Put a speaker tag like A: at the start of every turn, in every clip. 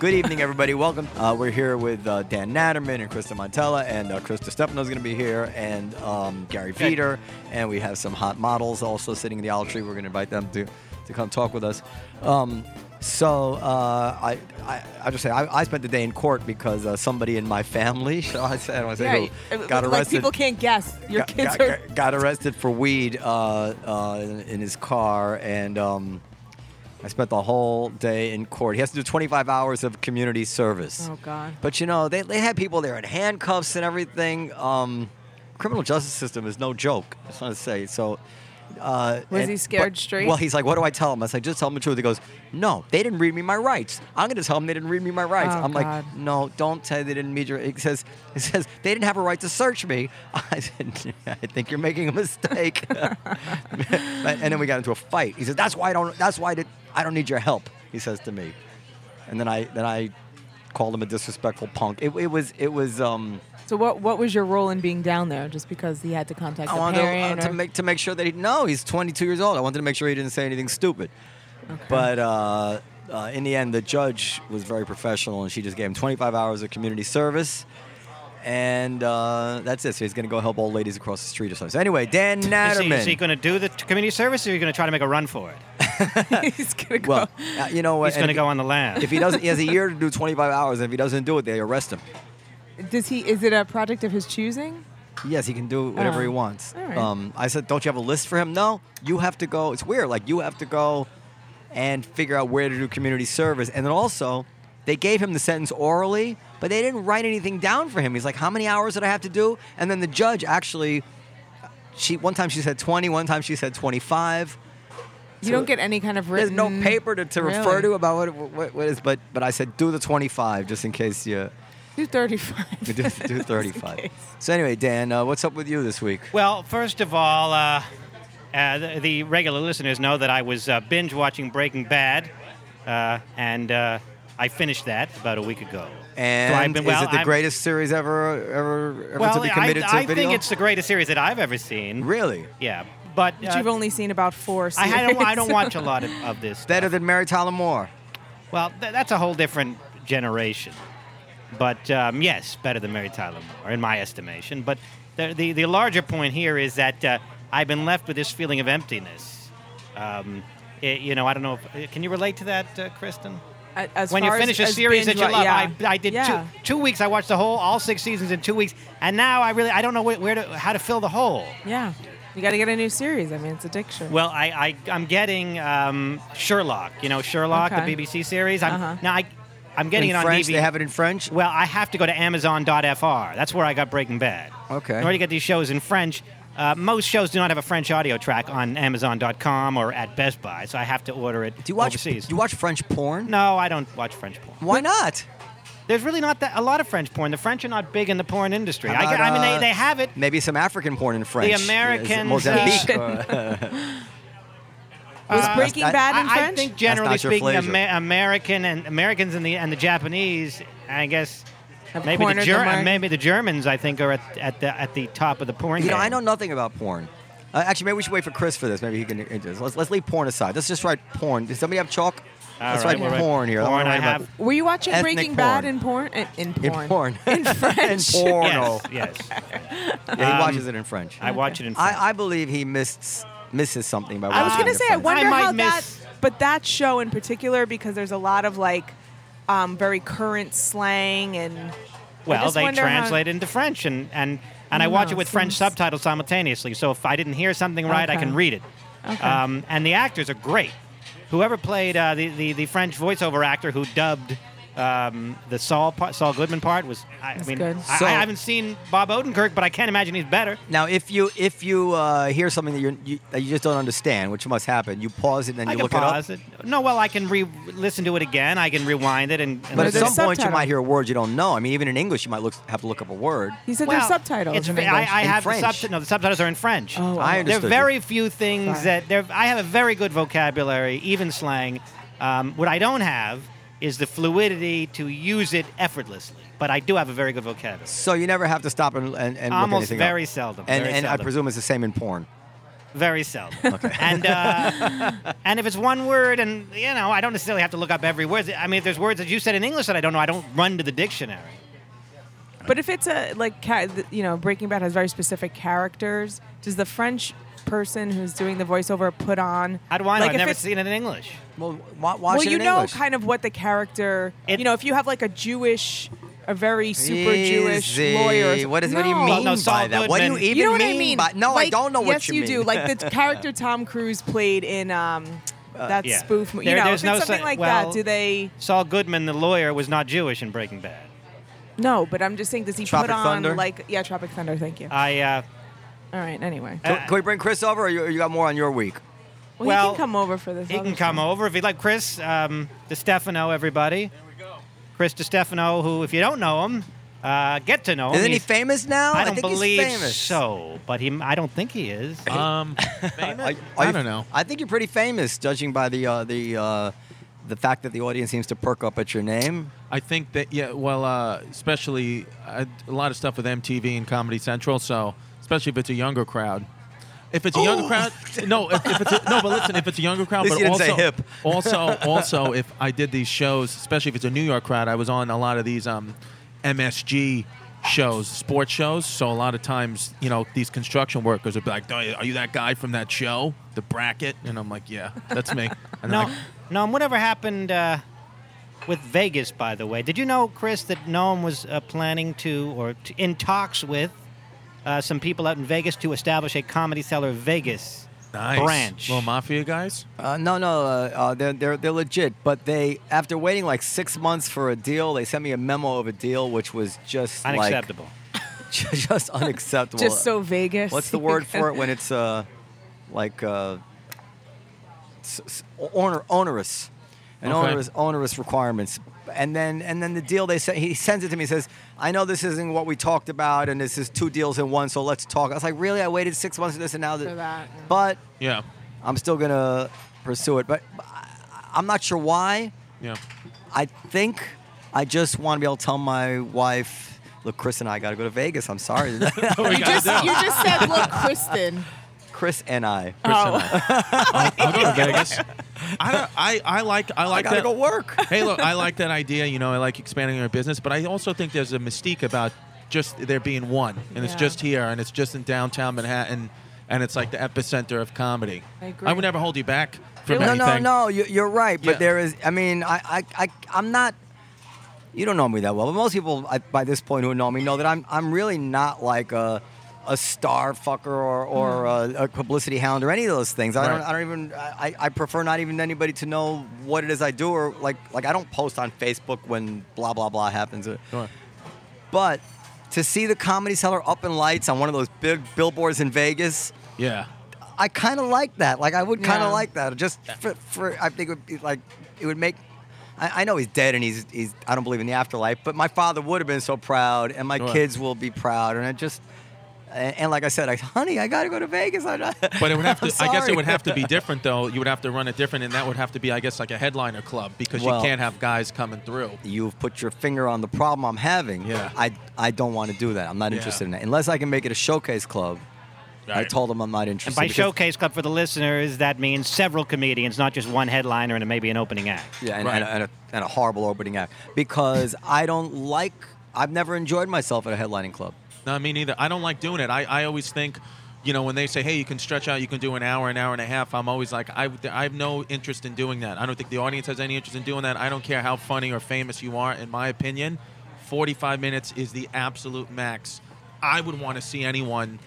A: Good evening, everybody. Welcome. Uh, we're here with uh, Dan Natterman and Krista Montella, and uh, Krista Stefano's going to be here, and um, Gary Feeder, and we have some hot models also sitting in the olive tree. We're going to invite them to, to come talk with us. Um, so uh, I, I, I just say I, I spent the day in court because uh, somebody in my family, shall I say, I don't want to say
B: Yeah, uh,
A: who, got
B: like
A: arrested
B: people can't guess. Your
A: got,
B: kids
A: got-
B: are.
A: got- got arrested for weed uh, uh, in, in his car, and um, I spent the whole day in court. He has to do 25 hours of community service.
B: Oh God.
A: But you know, they, they had people there in handcuffs and everything. Um, criminal justice system is no joke. I just want to say so. Uh,
B: Was he scared
A: but-
B: straight?
A: Well, he's like, "What do I tell him?" I said, "Just tell him the truth." He goes, "No, they didn't read me my rights. I'm going to tell him they didn't read me my rights."
B: Oh,
A: I'm
B: God.
A: like, "No, don't say they didn't read your." He says, "He says they didn't have a right to search me." I said, "I think you're making a mistake." and then we got into a fight. He says, "That's why I don't. That's why I, did, I don't need your help." He says to me, and then I then I called him a disrespectful punk. It, it was it was um
B: So what? What was your role in being down there? Just because he had to contact
A: I
B: the
A: wanted to, I
B: parent?
A: wanted to
B: or-
A: make to make sure that he no he's 22 years old. I wanted to make sure he didn't say anything stupid, but. Uh, uh, in the end, the judge was very professional, and she just gave him 25 hours of community service, and uh, that's it. So he's going to go help old ladies across the street or something. So anyway, Dan
C: Is he,
A: Natterman.
C: is he going to do the t- community service, or are you going to try to make a run for it?
B: he's gonna go.
A: well, uh, you know what?
C: He's going
A: and
C: to
A: if-
C: go on the lam.
A: If he doesn't, he has a year to do 25 hours, and if he doesn't do it, they arrest him.
B: Does he? Is it a project of his choosing?
A: Yes, he can do whatever
B: Oh,
A: he wants.
B: all right.
A: Um, I said, don't you have a list for him? No, you have to go. It's weird. Like you have to go and figure out where to do community service, and then also they gave him the sentence orally, but they didn't write anything down for him. He's like, how many hours did I have to do? And then the judge actually, she one time she said 20, one time she said 25.
B: You don't get any kind of
A: There's
B: written.
A: no paper to, to refer
B: Mm, Really?
A: to about what, what what is, but but I said do the 25 just in case you
B: You're 35.
A: do, do 35.
B: case.
A: So anyway, Dan, uh, what's up with you this week?
C: Well, first of all, uh, uh, the, the regular listeners know that I was uh, binge watching Breaking Bad, uh, and uh, I finished that about a week ago.
A: And
C: so I've been, well,
A: is it the
C: I'm-
A: greatest series ever, ever, ever
C: Well,
A: to be committed
C: I,
A: to
C: I
A: video?
C: think it's the greatest series that I've ever seen.
A: really
C: Yeah, but,
B: But
C: uh,
B: you've only seen about four.
C: I, I don't, I
B: series.
C: don't watch a lot of, of this. Stuff.
A: better than Mary Tyler Moore.
C: Well, th- that's a whole different generation. But um, yes, better than Mary Tyler Moore, in my estimation. But the, the, the larger point here is that uh, I've been left with this feeling of emptiness. Um, it- you know, I don't know. If, uh, can you relate to that, uh, Kristen?
B: A- as
C: when you
B: far
C: finish
B: as,
C: a
B: as
C: series that
B: binge
C: you
B: wa-
C: love,
B: yeah.
C: I, I did
B: Yeah.
C: two, two weeks. I watched the whole all six seasons in two weeks, and now I really I don't know where, where to how to fill the hole.
B: Yeah. You got to get a new series. I mean, it's addiction.
C: Well, I, I I'm getting um, Sherlock. You know, Sherlock,
B: Okay.
C: the BBC series. I'm,
B: Uh-huh.
C: Now I I'm getting
A: in
C: it on
A: French,
C: DVD.
A: they have it in French.
C: Well, I have to go to Amazon.fr. That's where I got Breaking Bad.
A: Okay.
C: In order to get these shows in French, uh, most shows do not have a French audio track on Amazon.com or at Best Buy, so I have to order it
A: Do you watch?
C: overseas.
A: Do you watch French porn?
C: no, I don't watch French porn.
A: Why not?
C: There's really not that, a lot of French porn. The French are not big in the porn industry.
A: How
C: I, I
A: about,
C: mean,
A: uh,
C: they, they have it.
A: Maybe some African porn in French. Is it
C: Americans,
A: Mozambique.
B: uh,
A: or-
B: was
C: uh,
B: Breaking
A: I-
B: Bad in
C: I, I
B: French?
C: think generally
A: not your
C: speaking,
A: flavor.
C: Amer- American and Americans and the and the Japanese, I guess.
B: Have
C: Maybe the,
B: cornered the
C: Ger-
B: market.
C: maybe the Germans, I think, are at, at the at the top of the porn.
A: you know, I
C: game.
A: know nothing about porn. Uh, actually, maybe we should wait for Chris for this. Maybe he can. introduce- Let's, let's leave porn aside. Let's just write porn. Does somebody have chalk?
C: All
A: let's
C: right,
A: write
C: we'll write
A: porn here. I
C: porn.
A: wanna
C: I
A: write about-
C: have
B: Were you watching
A: Ethnic
B: Breaking Bad in porn? In, in porn.
A: in porn. In
B: French.
A: in porn.
C: Yes, yes.
A: Yeah, he
C: Um,
A: watches it in French.
C: I watch it in French.
A: I, I believe he missed, misses something by watching
B: I was
A: it
B: gonna
A: in
B: say I
A: French.
B: wonder
C: I might
B: how
C: miss-
B: that, but that show in particular because there's a lot of like um, very current slang and
C: well,
B: just
C: they
B: wonder how- Oh,
C: translate into French, and and, and I watch
B: No,
C: it with French
B: seems-
C: subtitles simultaneously. So if I didn't hear something right, I
B: Okay.
C: can read it.
B: Okay.
C: Um, and the actors are great. Whoever played uh, the, the the French voiceover actor who dubbed um, the Saul part, Saul Goodman part was. I, I mean,
B: good.
C: I,
A: So-
C: I haven't seen Bob Odenkirk, but I can't imagine he's better.
A: Now, if you if you uh, hear something that you're, you that you just don't understand, which must happen, you pause it and
C: I
A: you
C: can
A: look
C: pause
A: it up.
C: it, No, well, I can re-listen to it again. I can rewind it and. and
A: But
B: Or
A: at
C: listen
A: some
B: there's
C: to-
A: point, you
B: subtitles.
A: might hear a word you don't know. I mean, even in English, you might look have to look up a word.
B: he said
C: Well,
B: there's subtitles.
C: It's,
B: in
C: ve- I,
B: English.
C: I
A: In
C: have
A: French.
C: the subtitles. No, the subtitles are in French.
B: Oh,
A: I
B: wow.
A: understood.
C: There are very few things
B: Sorry.
C: that there. I have a very good vocabulary, even slang. Um, what I don't have is the fluidity to use it effortlessly. But I do have a very good vocabulary.
A: So you never have to stop and and, and look
C: Almost
A: anything
C: very
A: up.
C: seldom,
A: And
C: very
A: and I
C: seldom.
A: presume it's the same in porn.
C: Very seldom. And uh, and if it's one word, and you know, I don't necessarily have to look up every word. I mean, if there's words that you said in English that I don't know, I don't run to the dictionary.
B: But if it's a like ca- th- you know Breaking Bad has very specific characters, does the French person who's doing the voiceover put on?
C: How do I know?
B: Like,
C: I've
B: if
C: never
B: it's-
C: seen it in English.
A: Well, wa- watch
B: Well,
A: it
B: you
A: in
B: know
A: English.
B: kind of what the character.
C: It-
B: you know, if you have like a Jewish, a very super Jewish
A: Easy.
B: lawyer. or so-
A: What, is, what do you
B: No.
A: mean
C: no,
A: by
C: Saul
A: that? What do you
C: Goodman.
A: even
B: You know what
A: mean
B: I mean?
A: by No, I
B: Like,
A: don't know what
B: yes,
A: you mean.
B: do. Like the character Tom Cruise played in um, that
C: Uh, yeah.
B: spoof movie. You
C: There-
B: know,
C: there's
B: if it's
C: no
B: something
C: sa-
B: like
C: well-
B: that, do they?
C: Saul Goodman, the lawyer, was not Jewish in Breaking Bad.
B: No, but I'm just saying, does he
A: Tropic
B: put on
A: Thunder?
B: like yeah, Tropic Thunder? Thank you.
C: I uh,
B: All right. Anyway,
A: Can- Can we bring Chris over, or you, you got more on your week?
B: well, he
C: well,
B: can come over for this.
C: he can
B: other
C: come
B: thing.
C: over if you'd like. Chris um, DeStefano, everybody. There we go. Chris DeStefano, who, if you don't know him, uh, get to know him.
A: Isn't he
C: He's-
A: famous now?
C: I don't
A: think
C: believe
A: he's famous.
C: so, but he, I don't think he is.
D: Um,
A: Are-
D: famous?
A: are
D: I
A: you-
D: don't know.
A: I think you're pretty famous, judging by the uh, the uh, the fact that the audience seems to perk up at your name.
D: I think that yeah. Well, uh, especially I, a lot of stuff with MTV and Comedy Central. So especially if it's a younger crowd. If it's a younger crowd, no. If, if it's a, no, but listen. If it's a younger crowd,
A: At
D: but
A: least you
D: also,
A: didn't say hip.
D: also, also, if I did these shows, especially if it's a New York crowd, I was on a lot of these um, MSG shows, sports shows. So a lot of times, you know, these construction workers would be like, "Are you that guy from that show, The Bracket?" And I'm like, "Yeah, that's me." And
C: No,
D: I,
C: Noam, whatever happened uh, with Vegas, by the way? Did you know, Chris, that Noam was uh, planning to, or t- in talks with, uh, some people out in Vegas to establish a Comedy Cellar Vegas
D: nice.
C: branch?
D: Little mafia guys.
A: Uh, no, no, uh, uh, they're, they're they're legit. But they, after waiting like six months for a deal, they sent me a memo of a deal, which was just like-
C: Unacceptable.
A: just unacceptable.
B: Just so Vegas.
A: What's the word for it when it's uh, like uh, s- s- oner- onerous, an
D: Okay.
A: onerous onerous requirements. And then and then the deal they sent he sends it to me. He says, "I know this isn't what we talked about, and this is two deals in one. So let's talk." I was like, "Really? I waited six months for this, and now
B: For that, yeah.
A: But
D: Yeah.
A: I'm still gonna pursue it. But I- I'm not sure why.
D: Yeah.
A: I think I just want to be able to tell my wife, "Look, Chris and I got to go to Vegas. I'm sorry,
E: You just, you just said, look, Kristen.
A: Chris and I."
D: I'll, I'll go to Vegas. I, don't- I, I like I
A: I
D: like
A: gotta
D: that.
A: go work.
D: hey, look, I like that idea. You know, I like expanding our business, but I also think there's a mystique about just there being one, and it's
B: Yeah.
D: just here, and it's just in downtown Manhattan, and it's like the epicenter of comedy.
B: I agree.
D: would never hold you back from
A: No, no,
D: anything.
A: no. You, you're right, but
D: Yeah.
A: there is. I mean, I, I, I, I'm not. You don't know me that well, but most people I, by this point who know me know that I'm, I'm really not like a, a star fucker or, or a, a publicity hound or any of those things. I don't,
D: Mm. Right.
A: I don't even. I, I prefer not even anybody to know what it is I do or like, like I don't post on Facebook when blah blah blah happens.
D: Sure.
A: But to see the comedy cellar up in lights on one of those big billboards in Vegas.
D: Yeah.
A: I kind of like that. Like I would kind of
B: Yeah.
A: like that. Just for, for I think it would be like it would make. I, I know he's dead and he's he's. I don't believe in the afterlife, but my father would have been so proud, and my
D: Right.
A: kids will be proud, and I just. And, and like I said, I, honey, I gotta go to Vegas. I,
D: But it would have
A: I'm
D: to. I guess
A: sorry.
D: it would have to be different, though. You would have to run it different, and that would have to be, I guess, like a headliner club because
A: Well-
D: you can't have guys coming through.
A: You've put your finger on the problem I'm having.
D: Yeah.
A: I I don't want to do that. I'm not
D: Yeah.
A: interested in that unless I can make it a showcase club. I
D: Right.
A: told him I'm not interested.
C: And by
A: because-
C: Showcase Club for the listeners, that means several comedians, not just one headliner and maybe an opening act.
A: Yeah, and,
D: Right.
A: and, a, and, a, and a horrible opening act because I don't like. I've never enjoyed myself at a headlining club.
D: No, me neither. I don't like doing it. I, I always think, you know, when they say, hey, you can stretch out, you can do an hour, an hour and a half, I'm always like, I, I have no interest in doing that. I don't think the audience has any interest in doing that. I don't care how funny or famous you are. In my opinion, 45 minutes is the absolute max. I would want to see anyone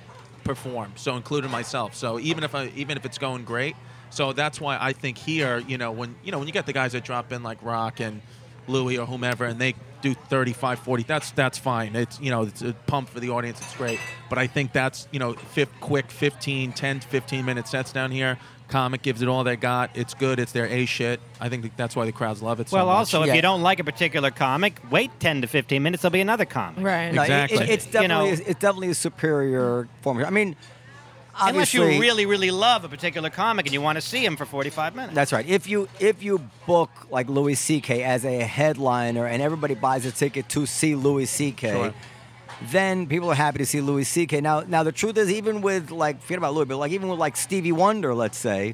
D: perform, so including myself. So even if I, even if it's going great, so that's why I think here, you know, when you know when you get the guys that drop in like Rock and Louis or whomever, and they do 35, 40, that's that's fine. It's you know it's a pump for the audience. It's great, but I think that's you know fif- quick 15, 10, 15 minute sets down here. Comic gives it all they got. It's good. It's their a shit. I think that's why the crowds love it. so
C: Well,
D: much.
C: also, if
A: Yeah.
C: you don't like a particular comic, wait 10 to 15 minutes, there'll be another comic.
B: Right.
A: No, it-
D: Exactly.
A: it- it's
C: You know-
A: definitely it's definitely a superior form. I mean,
C: Unless you
A: obviously,
C: really, really love a particular comic and you want to see him for 45 minutes.
A: that's right. If you if you book like Louis C.K. as a headliner and everybody buys a ticket to see Louis C.K.
D: Sure.
A: then people are happy to see Louis C.K. Now, now the truth is, even with like forget about Louis, but like even with like Stevie Wonder, let's say,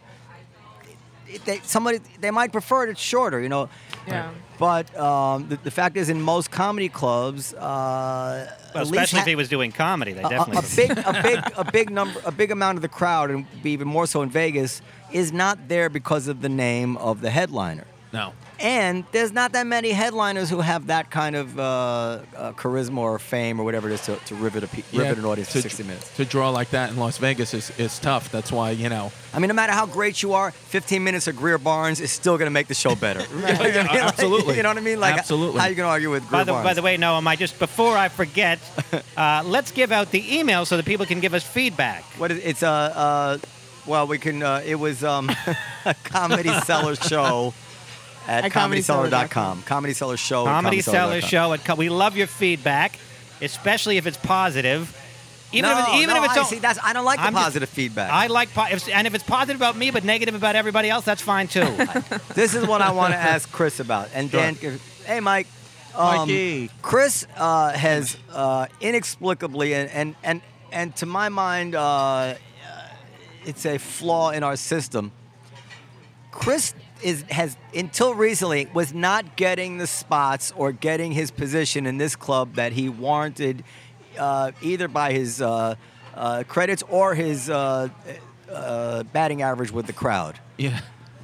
A: it- they, somebody they might prefer it it's shorter, you know.
B: Yeah.
A: But um, the, the fact is, in most comedy clubs, uh,
C: Well,
A: at least
C: especially
A: ha-
C: if he was doing comedy, they
A: a-
C: definitely.
A: a, a big, a big, a big number, a big amount of the crowd, and even more so in Vegas, is not there because of the name of the headliner.
D: No.
A: And there's not that many headliners who have that kind of uh, uh, charisma or fame or whatever it is to, to rivet a pe- rivet an audience for 60 minutes.
D: To draw like that in Las Vegas is, is tough. That's why, you know.
A: I mean, no matter how great you are, 15 minutes of Greer Barnes is still going to make the show better. You know what I mean? Like,
D: absolutely.
A: you know what I mean? Like,
D: Absolutely.
A: How you going to argue with Greer
C: By the,
A: Barnes?
C: by the way, Noam, I just before I forget, uh, let's give out the email so that people can give us feedback.
A: What is it's uh, uh well we can uh, it was um a comedy seller show at
E: At
A: comedyseller.com. Comedy seller show at
C: Comedy Seller
A: comedyseller.com.
C: Show. At Co- we love your feedback, especially if it's positive. Even
A: no,
C: if it's, even
A: no,
C: if it's
A: I,
C: o-
A: see, that's, I don't like the
C: I'm just-
A: positive feedback.
C: I like po- if, and if it's positive about me but negative about everybody else, that's fine too. Uh,
A: this is what I want to ask Chris about. And Dan, hey, Mike. um,
D: Mikey.
A: Chris uh, has uh, inexplicably and and and, and to my mind, uh, it's a flaw in our system. Chris is has until recently was not getting the spots or getting his position in this club that he warranted, uh, either by his uh, uh, credits or his uh, uh, batting average with the crowd.
D: Yeah.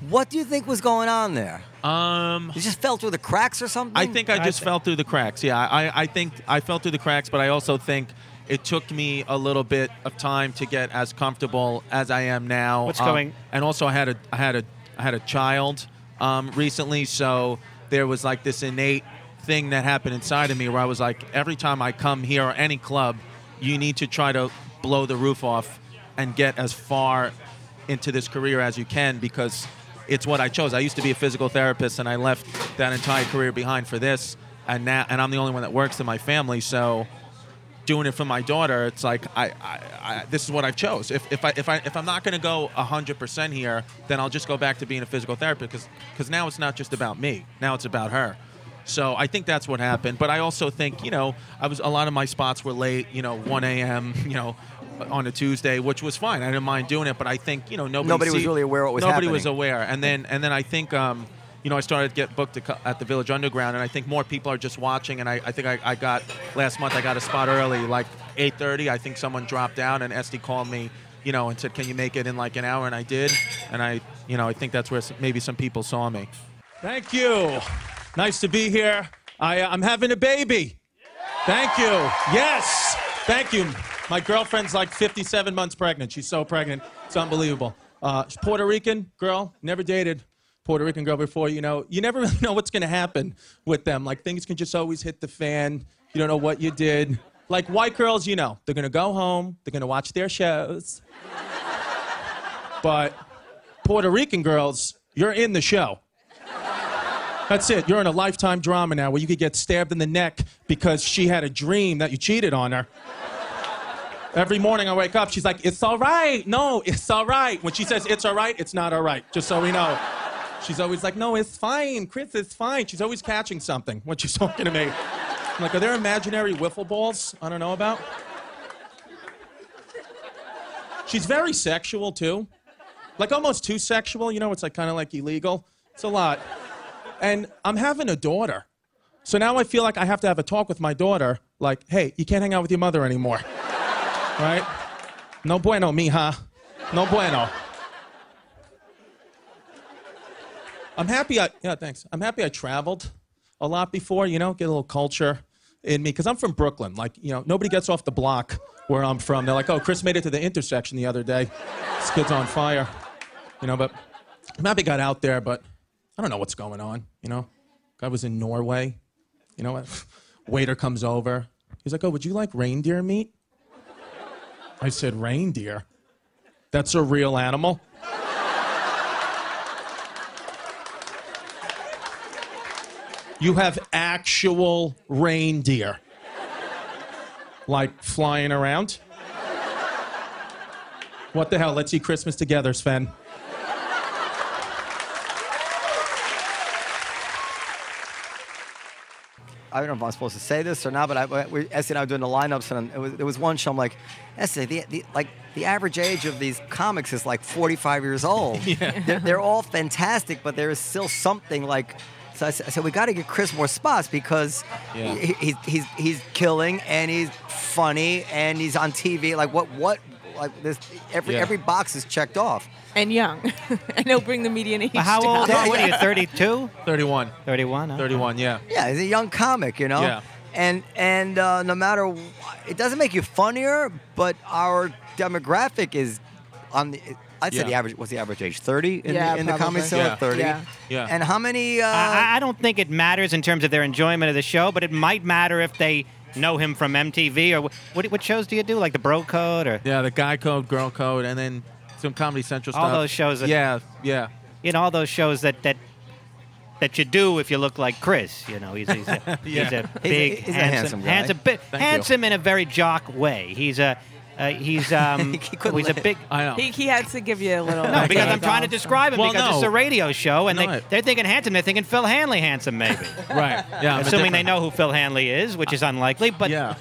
A: What do you think was going on there?
D: Um,
A: It just fell through the cracks or something?
D: I think I just fell through the cracks. Yeah, I, I think I fell through the cracks, but I also think it took me a little bit of time to get as comfortable as I am now.
C: What's
D: Um,
C: going-
D: And also, I had a I had a I had a child um, recently, so there was like this innate thing that happened inside of me where I was like, every time I come here or any club, you need to try to blow the roof off and get as far into this career as you can because it's what I chose. I used to be a physical therapist and I left that entire career behind for this, and now and I'm the only one that works in my family, so doing it for my daughter, it's like I, I, I this is what I've chose. If, if I if I if I'm not gonna go hundred percent here, then I'll just go back to being a physical therapist because now it's not just about me. Now it's about her. So I think that's what happened. But I also think you know I was a lot of my spots were late. You know, 1 a.m. You know. On a Tuesday, which was fine. I didn't mind doing it, but I think you know nobody,
A: Nobody was
D: see-
A: really aware what was
D: nobody was
A: happening.
D: aware. And then and then I think um, you know I started to get booked to co- at the Village Underground, and I think more people are just watching. And I, I think I, I got last month I got a spot early, like 8:30. I think someone dropped down, and Esty called me, you know, and said, "Can you make it in like an hour?" And I did. And I you know I think that's where s- maybe some people saw me. Thank you. Nice to be here. I, uh, I'm having a baby. Thank you. Yes. Thank you. My girlfriend's like 57 months pregnant. She's so pregnant. It's unbelievable. Uh, she's Puerto Rican girl, never dated Puerto Rican girl before. You know, you never really know what's going to happen with them. Like things can just always hit the fan. You don't know what you did. Like white girls, you know, they're going to go home, they're going to watch their shows. But Puerto Rican girls, you're in the show. That's it. You're in a lifetime drama now where you could get stabbed in the neck because she had a dream that you cheated on her. Every morning I wake up, she's like, It's all right. No, it's all right. When she says it's all right, it's not all right, just so we know. She's always like, No, it's fine. Chris, it's fine. She's always catching something when she's talking to me. I'm like, Are there imaginary wiffle balls I don't know about? She's very sexual, too. Like, almost too sexual. You know, it's like kind of like illegal. It's a lot and I'm having a daughter. So now I feel like I have to have a talk with my daughter, like, hey, you can't hang out with your mother anymore. right? No bueno, mija. No bueno. I'm happy I, yeah, thanks. I'm happy I traveled a lot before, you know, get a little culture in me. Because I'm from Brooklyn. Like, you know, nobody gets off the block where I'm from. They're like, oh, Chris made it to the intersection the other day. This kid's on fire. You know, but I'm happy I got out there, but I don't know what's going on, you know? I was in Norway. You know what? Waiter comes over. He's like, Oh, would you like reindeer meat? I said, Reindeer? That's a real animal? You have actual reindeer, like flying around? What the hell? Let's eat Christmas together, Sven.
A: I don't know if I'm supposed to say this or not, but I, we, Essie and I were doing the lineups, and it was, there was one show I'm like, Essie, the, the, like the average age of these comics is like 45 years old. They're, they're all fantastic, but there is still something like. So I said, I said we got to get Chris more spots because
D: Yeah.
A: he, he, he's he's killing and he's funny and he's on TV. Like what what like this every
D: Yeah.
A: every box is checked off.
B: and young, and he'll bring the median age.
C: But how
B: down.
C: old
A: Yeah,
C: how, what are you,
A: yeah.
C: 32?
D: 31.
C: 31? huh?
D: 31, yeah.
A: Yeah, he's a young comic, you know.
D: Yeah.
A: And and uh, no matter, wh- it doesn't make you funnier, but our demographic is on the. I'd say the
D: Yeah.
A: average. What's the average age? Thirty in,
E: Yeah,
A: the, in the
E: probably.
A: comedy cellar.
D: Yeah.
A: Thirty.
E: Yeah.
D: Yeah.
A: And how many? Uh,
C: I, I- I don't think it matters in terms of their enjoyment of the show, but it might matter if they know him from MTV or wh- what, what shows do you do? Like the Bro Code or,
D: Yeah, the guy code, girl code, and then some Comedy Central
C: All
D: stuff.
C: those shows that-
D: yeah, yeah.
C: you know, all those shows that, that, that you do if you look like Chris. You know, he's, he's, a, he's a big,
A: he's a
C: handsome,
A: handsome guy.
C: handsome, bi-
D: you.
C: handsome in a very jock way. He's a, uh, he's, um,
A: He couldn't
C: he's a
A: let-
C: big,
D: I know.
B: He, he had to give you a little.
C: No, because
B: Okay.
C: I'm trying to describe him
D: Well,
C: because
D: no.
C: it's a radio show, and
D: No,
C: they,
D: it-
C: they're thinking handsome. They're thinking Phil Hanley handsome, maybe.
D: Right. Yeah. I'm a
C: Assuming they
D: different-
C: know who Phil Hanley is, which is unlikely, but
D: Yeah.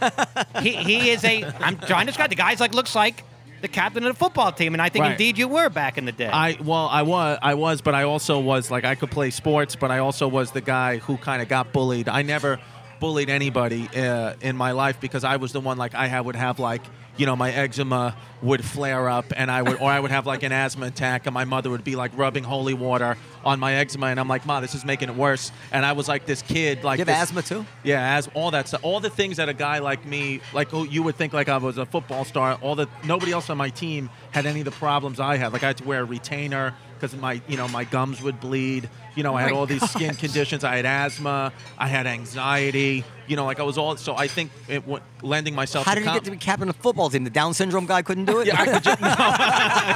C: he, he is a. I'm trying to describe the guy's like looks like the captain of the football team, and I think
D: Right.
C: indeed you were back in the day.
D: I well, I was, I was, but I also was like I could play sports, but I also was the guy who kind of got bullied. I never bullied anybody uh, in my life because I was the one like I had, would have like you know my eczema would flare up and I would or I would have like an asthma attack and my mother would be like rubbing holy water on my eczema and I'm like ma this is making it worse and I was like this kid like
A: you have
D: this-
A: asthma too.
D: yeah, as all that stuff, all the things that a guy like me, like who you would think like I was a football star. All the nobody else on my team had any of the problems I had. Like I had to wear a retainer because my, you know, my gums would bleed. You know, I had
A: Oh
B: my
D: all these skin conditions. I had asthma. I had anxiety. You know, like I was all. So I think it w- lending myself.
A: How
D: to
A: did he
D: com-
A: get to be captain of the football team? The Down syndrome guy couldn't do it.
D: Yeah, I could just, no.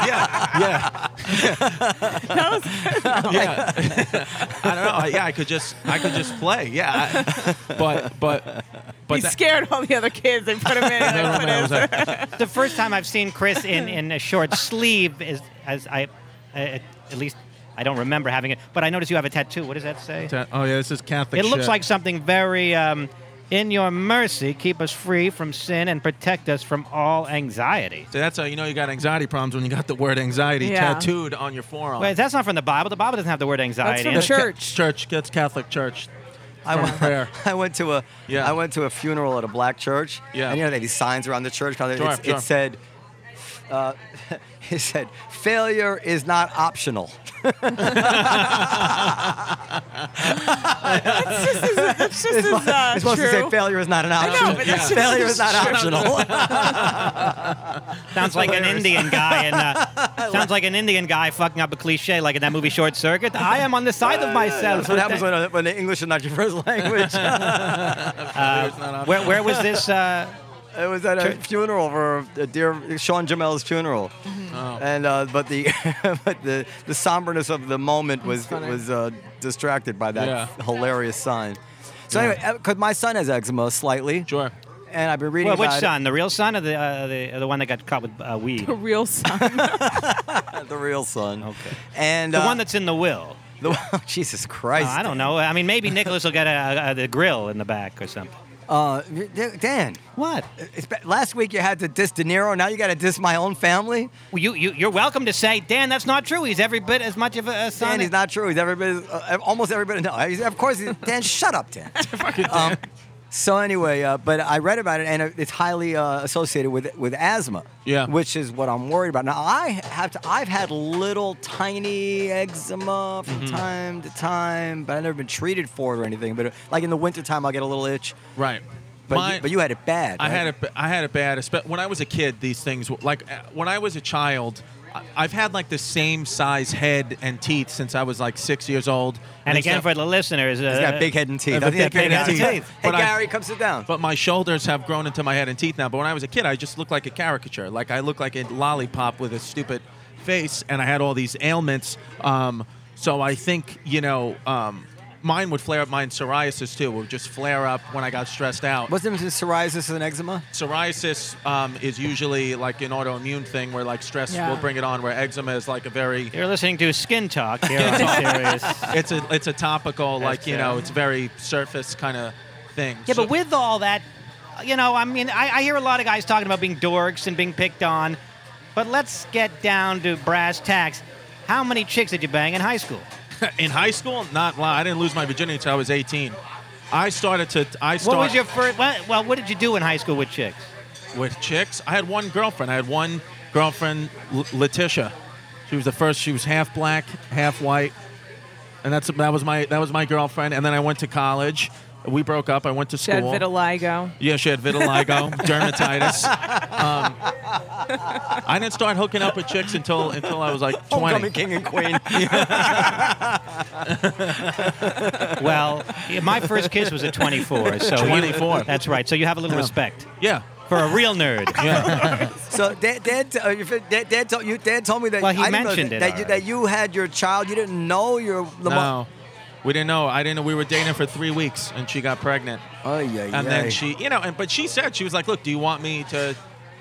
D: yeah, yeah, yeah. I don't know. I- Yeah, I could just, I could just play. Yeah, I- but, but, but.
B: He
D: that-
B: scared all the other kids. They put him in.
D: I don't
B: And
D: know,
B: they
D: I
B: put
D: was
B: him.
D: like-
C: the first time I've seen Chris in, in a short sleeve is as I, I at least I don't remember having it, but I noticed you have a tattoo. What does that say?
D: Ta- Oh yeah, this is Catholic.
C: It looks
D: shit.
C: like something very. Um, in your mercy, keep us free from sin and protect us from all anxiety.
D: So that's how you know you got anxiety problems when you got the word anxiety
B: Yeah.
D: tattooed on your forearm.
C: Wait, that's not from the Bible. The Bible doesn't have the word anxiety.
B: from
C: in it.
D: That's ca-
B: Church.
D: church. That's Catholic church.
A: I went,
D: prayer.
A: I went to a
D: Yeah.
A: I went to a funeral at a black church.
D: Yeah.
A: And you know they had these signs around the church. kind of-
D: Sure,
A: it's-
D: sure.
A: It said, uh, it said, failure is not optional.
B: That's just as uh,
A: it's supposed to say
B: true.
A: failure is not an
B: know,
A: option.
B: but that's just-
A: failure is not optional.
C: Sounds like an Indian guy, and uh, sounds like an Indian guy fucking up a cliche, like in that movie Short Circuit. I am on the side of myself.
A: That's what happens when, uh, when the English is not your first language. it
C: Uh, where, where was this? Uh,
A: was at a funeral for a dear Sean Jamel's funeral,
D: Oh,
A: and uh, but the but the, the somberness of the moment was
B: funny.
A: was uh, distracted by that
D: Yeah.
A: hilarious sign. So anyway, because my son has eczema slightly,
D: Sure.
A: and I've been reading
C: well, which
A: about
C: son? The real son, or the uh, the, the one that got caught with uh, weed?
B: A real son.
A: it, the real son.
C: Okay.
A: And
C: The
A: uh,
C: one that's in the will.
A: the, Jesus
C: Oh,
A: Christ.
C: I don't know. I mean, maybe Nicholas will get a, a, the grill in the back or something.
A: Uh, Dan- Dan,
C: What?
A: it's, ba- last week you had to diss De Niro. Now you got to diss my own family.
C: Well, you, you you're welcome to say, Dan, that's not true. He's every bit as much of a, a son.
A: Dan, he's not true. He's everybody, uh, almost everybody. No, he's, of course. He's, Dan, shut up, Dan. Um, so anyway, uh, but I read about it, and it- it's highly uh, associated with with asthma.
D: Yeah.
A: Which is what I'm worried about. Now I have to. I've had little tiny eczema from
D: Mm-hmm.
A: time to time, but I've never been treated for it or anything. But uh, like in the wintertime, I'll get a little itch.
D: Right.
A: But,
D: Mine-
A: you, but you had it bad.
D: I
A: right?
D: had it. ba- I had it bad. espe- When I was a kid, these things were- like uh, when I was a child. I- I've had like the same size head and teeth since I was like six years old.
C: and again,
D: stuff.
C: for the listeners, uh,
A: He's got big head and teeth.
D: I've
A: I
D: got
A: think he had
D: big head and
A: big head
D: teeth.
A: Hey,
D: But I-
A: Gary, come sit down.
D: But my shoulders have grown into my head and teeth now. But when I was a kid, I just looked like a caricature. Like I looked like a lollipop with a stupid face, and I had all these ailments. Um, so I think you know, um, mine would flare up. Mine psoriasis too would just flare up when I got stressed out.
A: What's the difference between psoriasis and eczema?
D: Psoriasis um, is usually like an autoimmune thing where like stress
B: Yeah.
D: will bring it on. Where eczema is like a very
C: You're listening to Skin Talk here on Sirius.
D: it's a it's a topical like you know
C: fair.
D: it's very surface kind of thing.
C: Yeah,
D: So-
C: but with all that, you know, I mean, I, I hear a lot of guys talking about being dorks and being picked on, but let's get down to brass tacks. How many chicks did you bang in high school?
D: in high school, not lie, I didn't lose my virginity until I was 18. I started to. I started
C: What was your first? Well, well, what did you do in high school with chicks?
D: with chicks. I had one girlfriend. I had one girlfriend, L- Letitia. She was the first. She was half black, half white, and that's that was my that was my girlfriend. And then I went to college. We broke up. I went to
B: She had
D: school.
B: vitiligo.
D: yeah, she had vitiligo, dermatitis. Um, I didn't start hooking up with chicks until until I was like 20.
A: Homecoming king and queen.
C: Well, yeah, my first kiss was at 24. So you-
D: 24.
C: that's right. So you have a little respect
D: yeah.
C: for a real nerd.
A: So dad, dad, uh, if it- dad, dad, told you, dad told me that.
C: Well, he
A: I didn't know
C: mentioned
A: that,
C: it
A: That you,
C: already.
A: that you had your child. You didn't know your.
D: No, we didn't know. I didn't know. We were dating for three weeks, and she got pregnant.
A: Oh yeah.
D: And then she, you know, and but she said she was like, "Look, do you want me to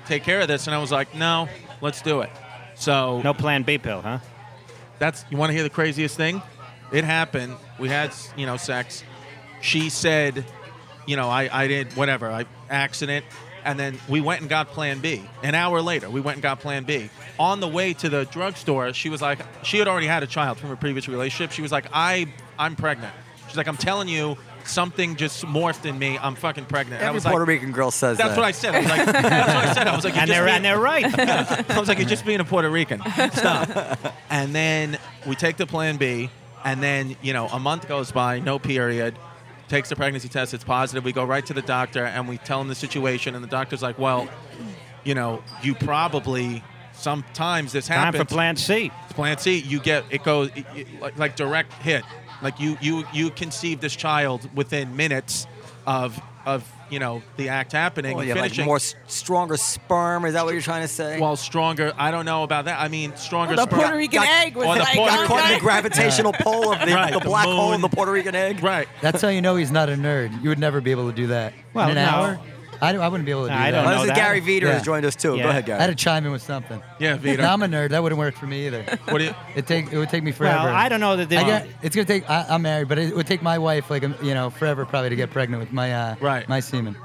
D: take care of this?" And I was like, "No, let's do it." So
C: No Plan B pill, huh?
D: that's you want to hear the craziest thing? It happened. We had, you know, sex. She said, you know, I I did whatever. I accident. And then we went and got Plan B. An hour later, we went and got Plan B. On the way to the drugstore, she was like, she had already had a child from a previous relationship. She was like, I I'm pregnant. She's like, I'm telling you, something just morphed in me. I'm fucking pregnant. And I
A: Every
D: was
A: Puerto
D: like,
A: Rican girl says
D: that's
A: that.
D: what I said. I was like, that's what I said. I was like, you're
C: And
D: just
C: they're,
D: being-
C: and they're right.
D: I was like, you're just being a Puerto Rican. Stop. and then we take the plan B, and then, you know, a month goes by, no period, takes the pregnancy test, it's positive. We go right to the doctor and we tell him the situation, and the doctor's like, well, you know, you probably sometimes this
C: Time
D: happens.
C: for Plan C.
D: Plan C, you get it goes it- it- like, like direct hit. Like you you you conceive this child within minutes of of you know the act happening
A: Oh,
D: and
A: yeah, like
D: finishing
A: more s- stronger sperm. Is that what you're trying to say?
D: while stronger. I don't know about that. I mean, stronger.
B: The
D: sperm-
B: Puerto Rican
A: got-
B: egg was
D: or the
B: like,
D: Puerto
B: oh,
D: Rican-
A: Caught in the
B: God.
A: gravitational pull of the,
D: Right,
A: the
D: the
A: black hole
D: moon.
A: of the Puerto Rican egg.
D: Right.
F: That's how you know he's not a nerd. You would never be able to do that.
C: Well,
F: in an
C: no.
F: hour, I, I wouldn't be able to do
C: I
F: that.
C: don't
A: Oh,
C: know
A: this
C: that.
A: is Gary Veter
F: Yeah.
A: has joined us too.
C: Yeah.
A: Go ahead,
F: I had
A: Gary.
F: to chime in with something.
D: Yeah, Vito.
F: Now I'm a nerd. That wouldn't work for me either.
D: What do you?
F: It take it would take me forever.
C: Well, I don't know that they.
F: I get, it's gonna take. I, I'm married, but it would take my wife like um, you know forever probably to get pregnant with my uh,
D: Right.
F: my semen.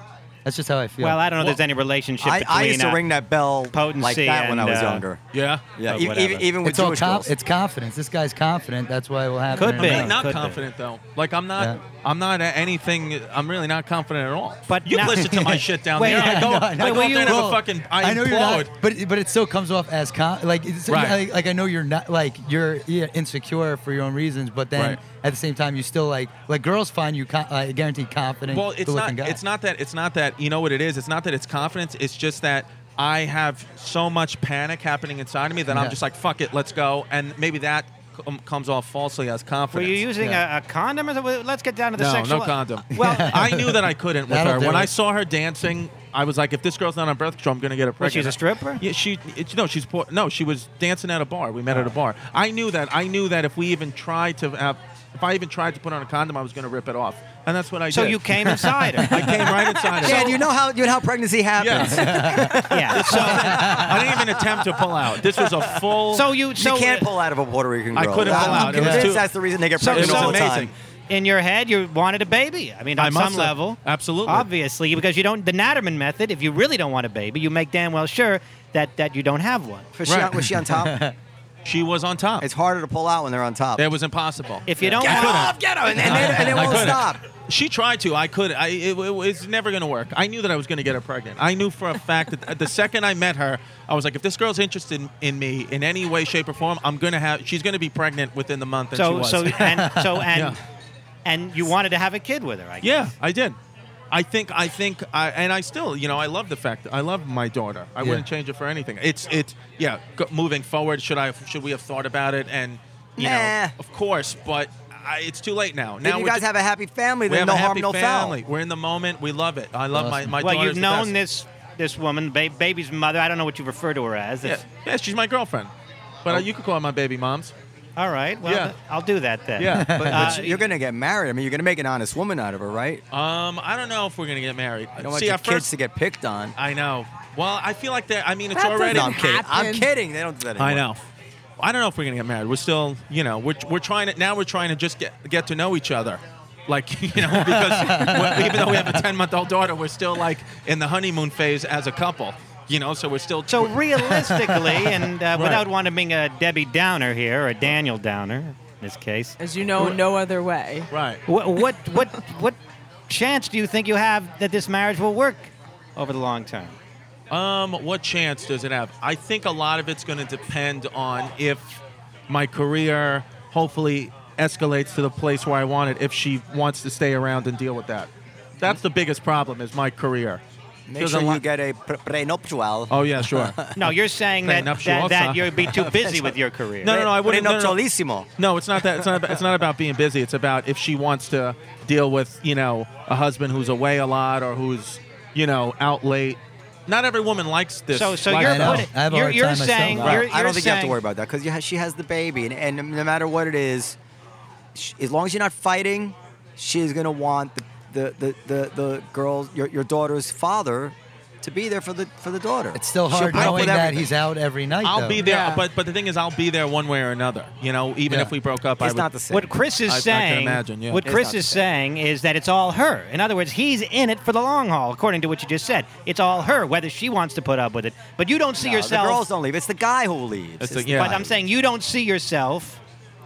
F: That's just how I feel.
C: well, I don't know if there's any relationship
A: I,
C: between.
A: I used to
C: uh,
A: ring that bell like
C: potency
A: that when I
C: and,
A: was
C: uh,
A: younger.
D: Yeah.
A: Yeah,
C: uh,
A: e-
C: whatever.
A: even, even with
F: it's all
A: Jewish
F: com-
A: girls.
F: it's confidence. This guy's confident. That's why it will happen.
C: Could
F: in a
C: be.
F: month.
D: I'm not
C: Could be.
D: confident though. Like I'm not.
F: Yeah.
D: I'm not at anything. I'm really not confident at all.
C: But
D: you
C: now-
D: listen to my shit down
C: Wait,
D: there. I
C: yeah,
D: go.
F: no,
D: I
F: no,
D: go
F: well,
D: up
F: you-
D: there and have a
F: well,
D: fucking. I,
F: Oh, know you're not,
D: implode.
F: but but it still comes off as com- like, it's,
D: Right.
F: like like I know you're not like you're yeah, insecure for your own reasons, but then
D: Right.
F: at the same time you still like like girls find you con- uh, guaranteed confident.
D: Well, it's
F: good-looking
D: not.
F: guy.
D: It's not that. It's not that. You know what it is? It's not that it's confidence. It's just that I have so much panic happening inside of me that I'm
F: Yeah.
D: just like, fuck it, let's go. And maybe that com- comes off falsely as
C: Were
D: confidence.
C: you using
F: Yeah.
C: a, a condom? Or something? Let's get down to the
D: no,
C: sexual.
D: no condom.
C: Well,
D: I knew that I couldn't with
F: That'll
D: her.
F: do
D: When I
F: it.
D: saw her dancing, I was like, if this girl's not on birth control, I'm gonna get her
C: Well,
D: pregnant.
C: she's a stripper.
D: Yeah, she. It's, no, she's poor. No, she was dancing at a bar. We
C: Oh.
D: met at a bar. I knew that. I knew that if we even tried to have, if I even tried to put on a condom, I was gonna rip it off. And that's what I
C: So
D: did.
C: you came inside
D: I
C: her.
D: came right inside. her.
A: Dad, you know how you know how pregnancy happens.
D: Yeah.
C: yeah. So,
D: I didn't even attempt to pull out. This was a full.
C: so you. So
A: you can't pull out of a Puerto Rican girl.
D: uh, I couldn't
A: I'm
D: pull out. It was
A: convinced
D: too-
A: that's the reason they get
C: So-
A: pregnant
C: so
A: all the
D: amazing.
A: time.
C: in your head, you wanted a baby. I mean, on
D: I must
C: some
D: have.
C: level,
D: Absolutely.
C: obviously, because you don't. The Natterman method. If you really don't want a baby, you make damn well sure that that you don't have one.
A: Was, she
D: Right.
A: on, was she on top?
D: She was on top.
A: it's harder to pull out when they're on top.
D: It was impossible.
C: If you don't
A: get
C: want,
A: off, get off, and, and, they- and they won't
D: couldn't.
A: stop.
D: She tried to. I could. I. It, it was never going to work. I knew that I was going to get her pregnant. I knew for a fact that the second I met her, I was like, if this girl's interested in, in me in any way, shape, or form, I'm going to have. She's going to be pregnant within the month. And she
C: so
D: was.
C: so and so and
D: Yeah.
C: and you wanted to have a kid with her. I guess.
D: yeah, I did. I think. I think. I and I still. You know, I love the fact. That I love my daughter. I
F: Yeah.
D: wouldn't change it for anything. It's. It's. Yeah. Go, moving forward, should I? Should we have thought about it? And you know,
A: Nah.
D: of course, but. I, it's too late now.
A: If
D: now
A: you
D: we're
A: guys
D: just-
A: have a happy family,
D: we have
A: then no
D: a
A: harm,
D: happy
A: no
D: family.
A: foul.
D: We're in the moment. We love it. I love my
F: Awesome.
D: my
C: Well,
D: daughter's
C: you've
D: the best.
C: known this this woman, ba- baby's mother. I don't know what you refer to her as.
D: Yeah,
C: It's-
D: yeah, she's my girlfriend. But
A: Oh.
D: uh, you could call her my baby moms.
C: All right. Well,
D: Yeah.
C: th- I'll do that then.
D: Yeah, but,
C: Uh,
A: But you're gonna get married. I mean, you're gonna make an honest woman out of her, right?
D: um, I don't know if we're gonna get married.
A: You don't want
D: See,
A: your
D: at
A: kids
D: first,
A: to get picked on.
D: I know. Well, I feel like that. I mean, it's
B: That
D: already.
A: No,
B: doesn't
A: I'm kidding. I'm
B: happen.
A: kidding. They don't do that anymore.
D: I know. I don't know if we're gonna get married. We're still, you know, we're, we're trying to now. We're trying to just get get to know each other. Like you know, because we even though we have a ten-month-old daughter, we're still like in the honeymoon phase as a couple. You know, so we're still
C: So realistically, and uh,
D: Right.
C: without wanting to being a Debbie Downer here or a Daniel Downer in this case,
B: As you know, no other way.
D: right.
C: what what what what chance do you think you have that this marriage will work over the long term?
D: Um, what chance does it have? I think a lot of it's going to depend on if my career hopefully escalates to the place where I want it. If she wants to stay around and deal with that, that's the biggest problem is my career.
A: Make
D: There's
A: sure
D: a lot-
A: you get a pre- prenuptial.
D: Oh yeah, sure.
C: No, you're saying that that,
D: Prenuptials, huh?
C: that you'd be too busy with your career.
D: No, no, no. I wouldn't. no, no, no.
A: Prenuptialissimo.
D: No, it's not that. It's not. About, it's not about being busy. It's about if she wants to deal with you know a husband who's away a lot or who's you know out late. Not every woman likes this.
C: So, so
D: like-
C: you're
F: I know.
C: putting,
F: I have a
C: you're,
F: hard
C: you're
F: time myself.
C: saying
F: Right.
C: you're,
A: I
C: you're
A: don't think you have to
C: saying-
A: worry about that because ha- she has the baby, and, and no matter what it is, sh as long as you're not fighting, she's gonna want the the the the, the girl, your, your daughter's father, to be there for the for the daughter.
F: It's still
A: She'll
F: hard
A: put up
F: knowing
A: with
F: that
A: everything.
F: he's out every night.
D: I'll
F: though.
D: be there,
B: Yeah.
D: but but the thing is, I'll be there one way or another. You know, even
F: Yeah.
D: if we broke up, I
A: It's
D: would,
A: not the same.
C: What Chris is
D: I- I can
C: saying,
D: imagine, yeah.
C: what
D: It's
C: Chris
A: not the
C: is
A: same.
C: saying is that it's all her. In other words, he's in it for the long haul, according to what you just said. It's all her, whether she wants to put up with it. But you don't see
A: No,
C: yourself.
A: The girls don't leave. It's the guy who leaves.
D: It's
A: It's
D: the-
A: the
D: yeah.
C: But I'm saying you don't see yourself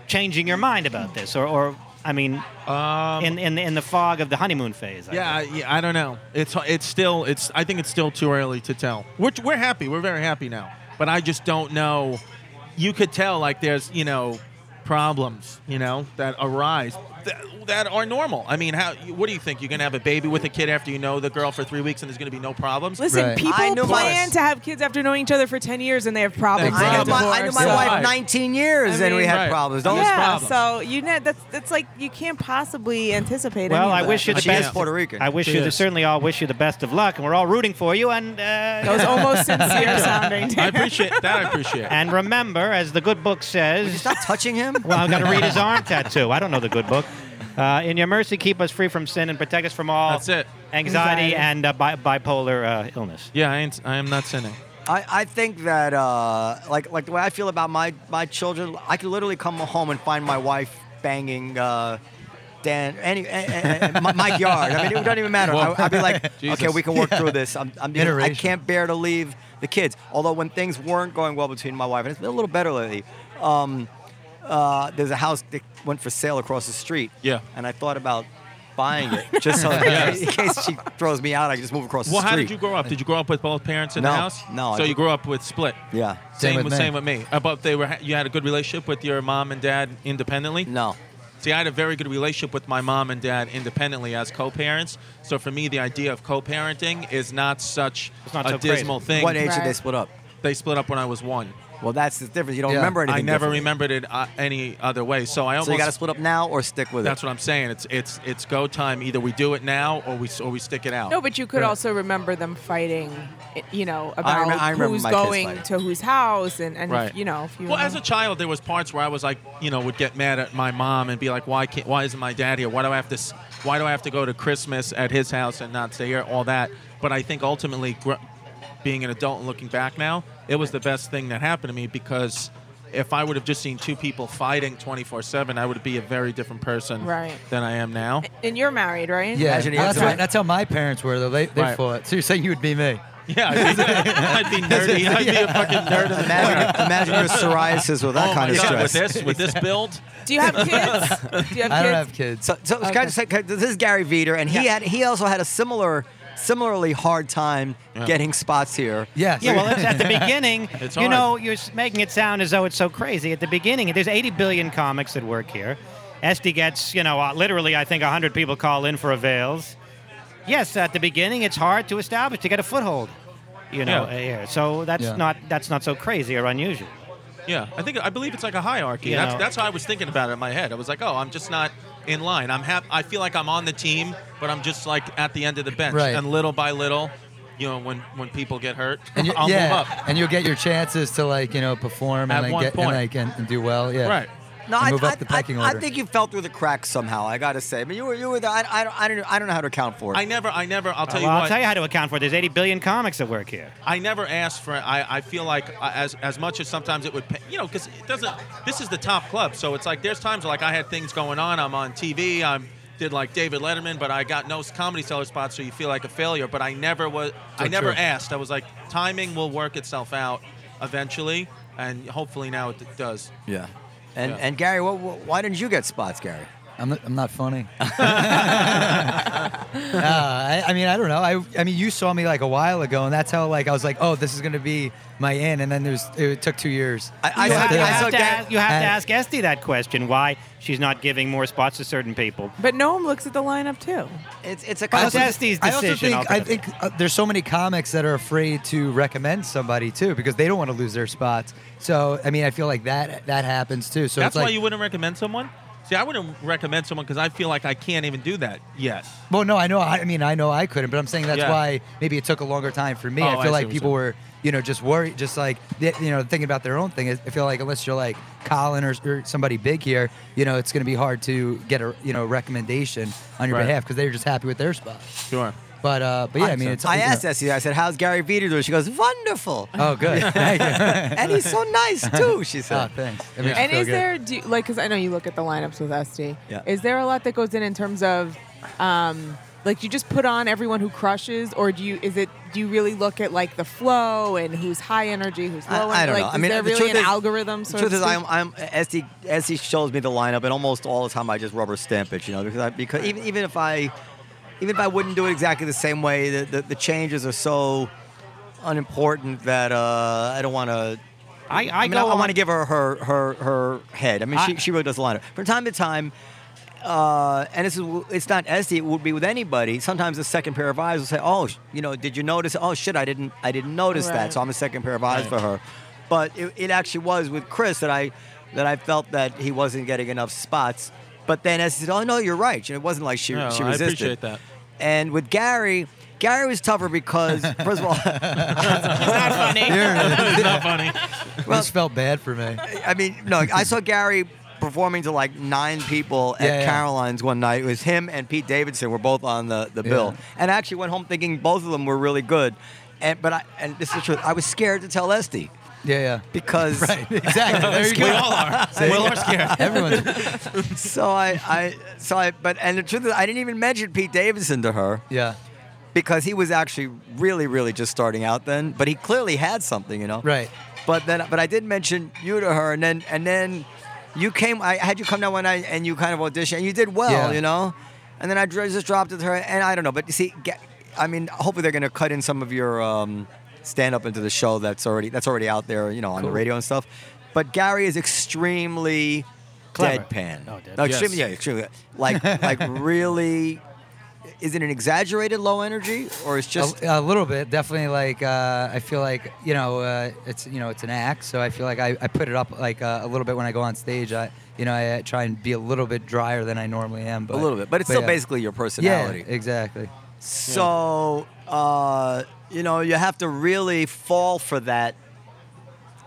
C: changing your mind about this, or, or I mean,
D: Um,
C: in, in in the fog of the honeymoon phase. I
D: yeah, I,
C: guess.
D: yeah, I don't know. It's it's still it's. I think it's still too early to tell. We're we're happy. We're very happy now, but I just don't know. You could tell like there's you know problems you know that arise that, that are normal. I mean, how? What do you think? You're gonna have a baby with a kid after you know the girl for three weeks and there's gonna be no problems?
B: Listen,
F: Right.
A: I
B: people
A: knew my-
B: plan to have kids after knowing each other for 10 years and they have problems.
A: I knew
D: Exactly.
A: my, I knew my
D: Yeah.
A: wife
D: Right.
A: 19 years,
B: I
A: and we
B: mean-
A: had
D: Right.
A: problems. Don't
B: yeah,
D: problems.
B: so you know that's that's like you can't possibly anticipate.
C: Well,
B: any
C: I
B: of
C: wish you
B: that.
C: the
A: She is
C: best.
A: Puerto Rican.
C: I wish
D: She
C: you the,
D: is.
C: certainly all wish you the best of luck, and we're all rooting for you. And
B: That was
C: uh,
B: almost sincere sounding.
D: I appreciate that. I appreciate.
C: and remember, as the good book
A: Would you
C: says,
A: stop touching him?
C: Well, I'm going to read his arm tattoo. I don't know the good book. Uh, in your mercy, keep us free from sin and protect us from all
D: That's it.
C: anxiety,
B: Anxiety.
C: and uh, bi- bipolar uh, illness.
D: Yeah, I, ain't, I am not sinning.
A: I, I think that uh, like like the way I feel about my my children, I could literally come home and find my wife banging uh, Dan any uh, uh, Mike Yard. I mean, it don't even matter.
D: Whoa.
A: I, I'd be like,
D: Jesus.
A: okay, we can work through this. I'm, I'm you know, I
F: Iteration.
A: can't bear to leave the kids. Although when things weren't going well between my wife and it's been a little better lately. Um, uh, there's a house that went for sale across the street.
D: Yeah.
A: and I thought about buying it just so in case she throws me out, I can just move across
D: Well,
A: the
D: how
A: street.
D: did you grow up? Did you grow up with both parents in the
A: No,
D: house?
A: no, I
D: So you
A: didn't.
D: grew up with split.
A: yeah.
F: Same
D: same
F: with
D: with
F: me.
D: same with me. About they were you had a good relationship with your mom and dad independently.
A: No.
D: See, I had a very good relationship with my mom and dad independently as co-parents. So for me, the idea of co-parenting is not such
C: It's not
D: a
C: so crazy.
D: dismal thing.
A: What age did they
B: Right.
A: split up?
D: They split up when I was one.
A: Well, that's the difference. You don't
F: Yeah.
A: remember anything.
D: I never
A: different.
D: remembered it uh, any other way. So I almost
A: So you got to split up now or stick with
D: that's
A: it.
D: what I'm saying. It's it's it's go time. Either we do it now or we s- or we stick it out.
B: No, but you could also remember them fighting, i- you know, about
A: remem- I remember
B: who's
A: my kids
B: going
A: fighting.
B: to whose house and, and
D: Right.
B: you know, if you
D: Well, as a
B: remember-
D: child, there was parts where I was like, you know, would get mad at my mom and be like, why can't, why isn't my dad here? Why do I have to, s- why do I have to go to Christmas at his house and not stay here? All that. But I think ultimately, gr- being an adult and looking back now, it was the best thing that happened to me because if I would have just seen two people fighting 24/7, I would be a very different person
B: Right.
D: than I am now.
B: and you're married, right?
F: Yeah, Oh,
A: Imagine he
F: that's,
A: had to-
F: what- that's how my parents were though. They, they
D: Right.
F: fought. So you're saying you would be me?
D: Yeah, I'd be, I'd be nerdy. I'd be a fucking nerd. in the
A: Imagine, imagine your psoriasis with that
D: Oh
A: kind
D: my
A: of
D: God, with
A: stress.
D: this, with this build,
B: Do you have kids? Do you have
F: I don't
B: kids?
F: have kids.
A: So, so can I just say, can- this is Gary Veeder, and he had he also had a similar, similarly hard time getting spots here.
F: yes.
C: Yeah, well, it's at the beginning.
D: It's
C: you
D: hard.
C: know, you're s- making it sound as though it's so crazy. At the beginning, there's 80 billion comics that work here. Esty gets, you know, uh, literally, I think 100 people call in for avails. Yes, at the beginning, it's hard to establish to get a foothold. You know,
D: Yeah.
C: uh, here. so that's
F: Yeah.
C: not that's not so crazy or unusual.
D: Yeah, I think I believe it's like a hierarchy.
C: You
D: That's,
C: know-
D: that's how I was thinking about it in my head. I was like, oh, I'm just not in line. I'm hap- I feel like I'm on the team, but I'm just like at the end of the bench.
F: Right.
D: And little by little, you know, when when people get hurt,
F: and you,
D: I'll
F: yeah,
D: move up.
F: and you'll get your chances to like you know perform
D: At
F: and
D: one
F: like, get,
D: point.
F: and, like and, and do well. Yeah.
D: Right.
A: No,
F: And
A: I,
F: move
A: I,
F: up the pecking
A: I, I
F: order.
A: think you fell through the cracks somehow. I got to say, I mean, you were you were the, I, I, don't- I don't I don't know how to account for it.
D: I never, I never. I'll tell
C: Uh, well,
D: you
C: I'll
D: what.
C: tell you how to account for it. There's 80 billion comics that work here.
D: I never asked for. I, I feel like I- as as much as sometimes it would, pay, you know, because it doesn't. This is the top club, so it's like there's times like I had things going on. I'm on TV. I'm did like David Letterman, but I got no comedy seller spots, so you feel like a failure. But I never was. I
F: So
D: never
F: true.
D: asked. I was like, timing will work itself out eventually, and hopefully now it d- does.
A: Yeah. And
D: Yeah.
A: and Gary, what, what, why didn't you get spots, Gary?
F: I'm not, I'm not funny. uh, I, I mean, I don't know. I, I mean, you saw me like a while ago, and that's how like I was like, oh, this is gonna be my in, and then there's it took two years.
A: I, I,
F: You
A: saw-
F: have to
A: I
F: ask-
A: saw
C: have to
A: Gary-
C: ask, you have to
F: Uh,
C: ask Esty that question: why she's not giving more spots to certain people.
B: But Noam looks at the lineup too.
A: It's it's a
F: I
C: That's
F: also-
A: constant-
C: Estes'
F: I also
C: decision,
F: think, I
C: ultimately.
F: think uh, there's so many comics that are afraid to recommend somebody too because they don't want to lose their spots. So I mean, I feel like that that happens too. So
D: That's
F: it's like,
D: why you wouldn't recommend someone. See, I wouldn't recommend someone because I feel like I can't even do that yet.
F: Well, no, I know. I I mean, I know I couldn't, but I'm saying that's
D: Yeah.
F: why maybe it took a longer time for me.
D: Oh, I
F: I
D: see
F: feel like
D: what you're
F: people
D: saying.
F: were, you know, just worried, just like they- you know, thinking about their own thing. I feel like unless you're like Colin or, or somebody big here, you know, it's going to be hard to get a you know recommendation on your
D: Right.
F: behalf because they're just happy with their spot.
D: Sure.
F: But uh, but yeah, I, mean, it's
A: I
F: you know-
A: asked Essie. I said, "How's Gary Veeder doing?" She goes, "Wonderful."
F: Oh, good. Thank you.
A: and he's so nice too. She
B: Ah,
F: oh,
A: said.
F: thanks.
D: Yeah.
F: It makes me
B: And
F: feel
B: is
F: good.
B: there do you, like because I know you look at the lineups with SD.
A: Yeah.
B: Is there a lot that goes in in terms of, um, like you just put on everyone who crushes, or do you? Is it do you really look at like the flow and who's high energy, who's
A: I-
B: low?
A: I don't
B: energy?
A: know.
B: Like,
A: I
B: is
A: mean,
B: there
A: the
B: really
A: truth
B: an
A: is-
B: algorithm?
A: The
B: So
A: truth is, I'm, I'm Esty. Esty shows me the lineup, and almost all the time I just rubber stamp it, you know, because I because even even if I, even if I wouldn't do it exactly the same way, the the, the changes are so unimportant that uh, I don't want to.
C: I, I,
A: I, mean, I,
C: go
A: I
C: on-
A: want to give her her her her head. I mean, she,
C: I-
A: she really does a lot of from time to time. Uh, and this is it's not Esty. It would be with anybody. Sometimes the second pair of eyes will say, "Oh, sh- you know, did you notice? Oh shit, I didn't I didn't notice that."
B: Right.
A: So I'm a second pair of eyes for her. But it, it actually was with Chris that I that I felt that he wasn't getting enough spots. But then Esty said, "Oh no, you're right." You know, it wasn't like she
D: No,
A: she
D: I
A: resisted.
D: appreciate that.
A: And with Gary. Gary was tougher because, first of all,
D: it's not funny.
A: Well-
F: this felt bad for me.
A: I mean, no, I saw Gary performing to like nine people at
F: Yeah, yeah.
A: Caroline's one night. It was him and Pete Davidson were both on the, the bill. And I actually went home thinking both of them were really good. And but I and this is the truth, I was scared to tell Esty
F: Yeah, yeah.
A: because
F: Right. Exactly. There you go.
D: We all are.
F: See?
D: we all are scared.
F: Everyone's
A: so I, I so I but and the truth is I didn't even mention Pete Davidson to her
F: yeah.
A: because he was actually really, really just starting out then. But he clearly had something, you know.
F: Right.
A: But then, but I did mention you to her, and then and then you came. I had you come down one night, and you kind of auditioned, and you did well,
F: Yeah.
A: you know. And then I dr- just dropped it to her, and I don't know. But you see, ga- I mean, hopefully they're going to cut in some of your um, stand up into the show that's already that's already out there, you know, on the radio and stuff. But Gary is extremely
C: Clever.
A: deadpan.
C: Oh, deadpan.
A: No, extremely, yeah, extremely. Like, like really. Is it an exaggerated low energy, or it's just
F: a, a little bit definitely like uh, i feel like you know uh, it's you know it's an act so i feel like i, I put it up like uh, a little bit when i go on stage i you know i uh, try and be a little bit drier than i normally am but
A: a little bit, but it's still
F: Oh, yeah.
A: basically your
F: yeah
A: personality.
F: exactly
A: so, uh, you know, you have to really fall for that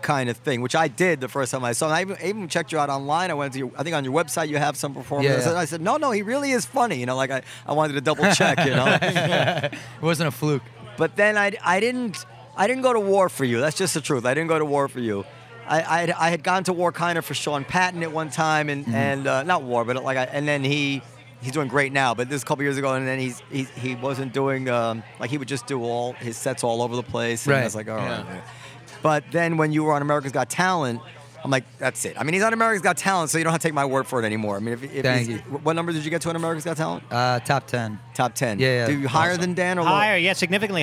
A: kind of thing, which I did the first time I saw. Him. I even, I even checked you out online. I went to, your, I think on your website you have some performances.
F: Yeah, yeah.
A: I said, no, no, he really is funny. You know, like I, I wanted to double check. You know,
F: it wasn't a fluke
A: but then I, I didn't, I didn't go to war for you. That's just the truth. I didn't go to war for you. I, I, had, I had gone to war kind of for Sean Patton at one time, and
F: Mm-hmm.
A: and uh, not war, but like, I, and then he. He's doing great now, but this is a couple years ago, and then he's, he's he wasn't doing um, like he would just do all his sets all over the place, and I
F: Right.
A: was like, all right.
D: Yeah.
A: But then when you were on America's Got Talent, I'm like, that's it. I mean, he's on America's Got Talent, so you don't have to take my word for it anymore. I mean, if, if
F: Thank
A: he's-
F: you.
A: what number did you get to on America's Got Talent?
F: uh, top 10
A: Top ten.
F: Yeah, yeah.
A: Do you higher than Dan or lower?
C: Higher, yeah, significantly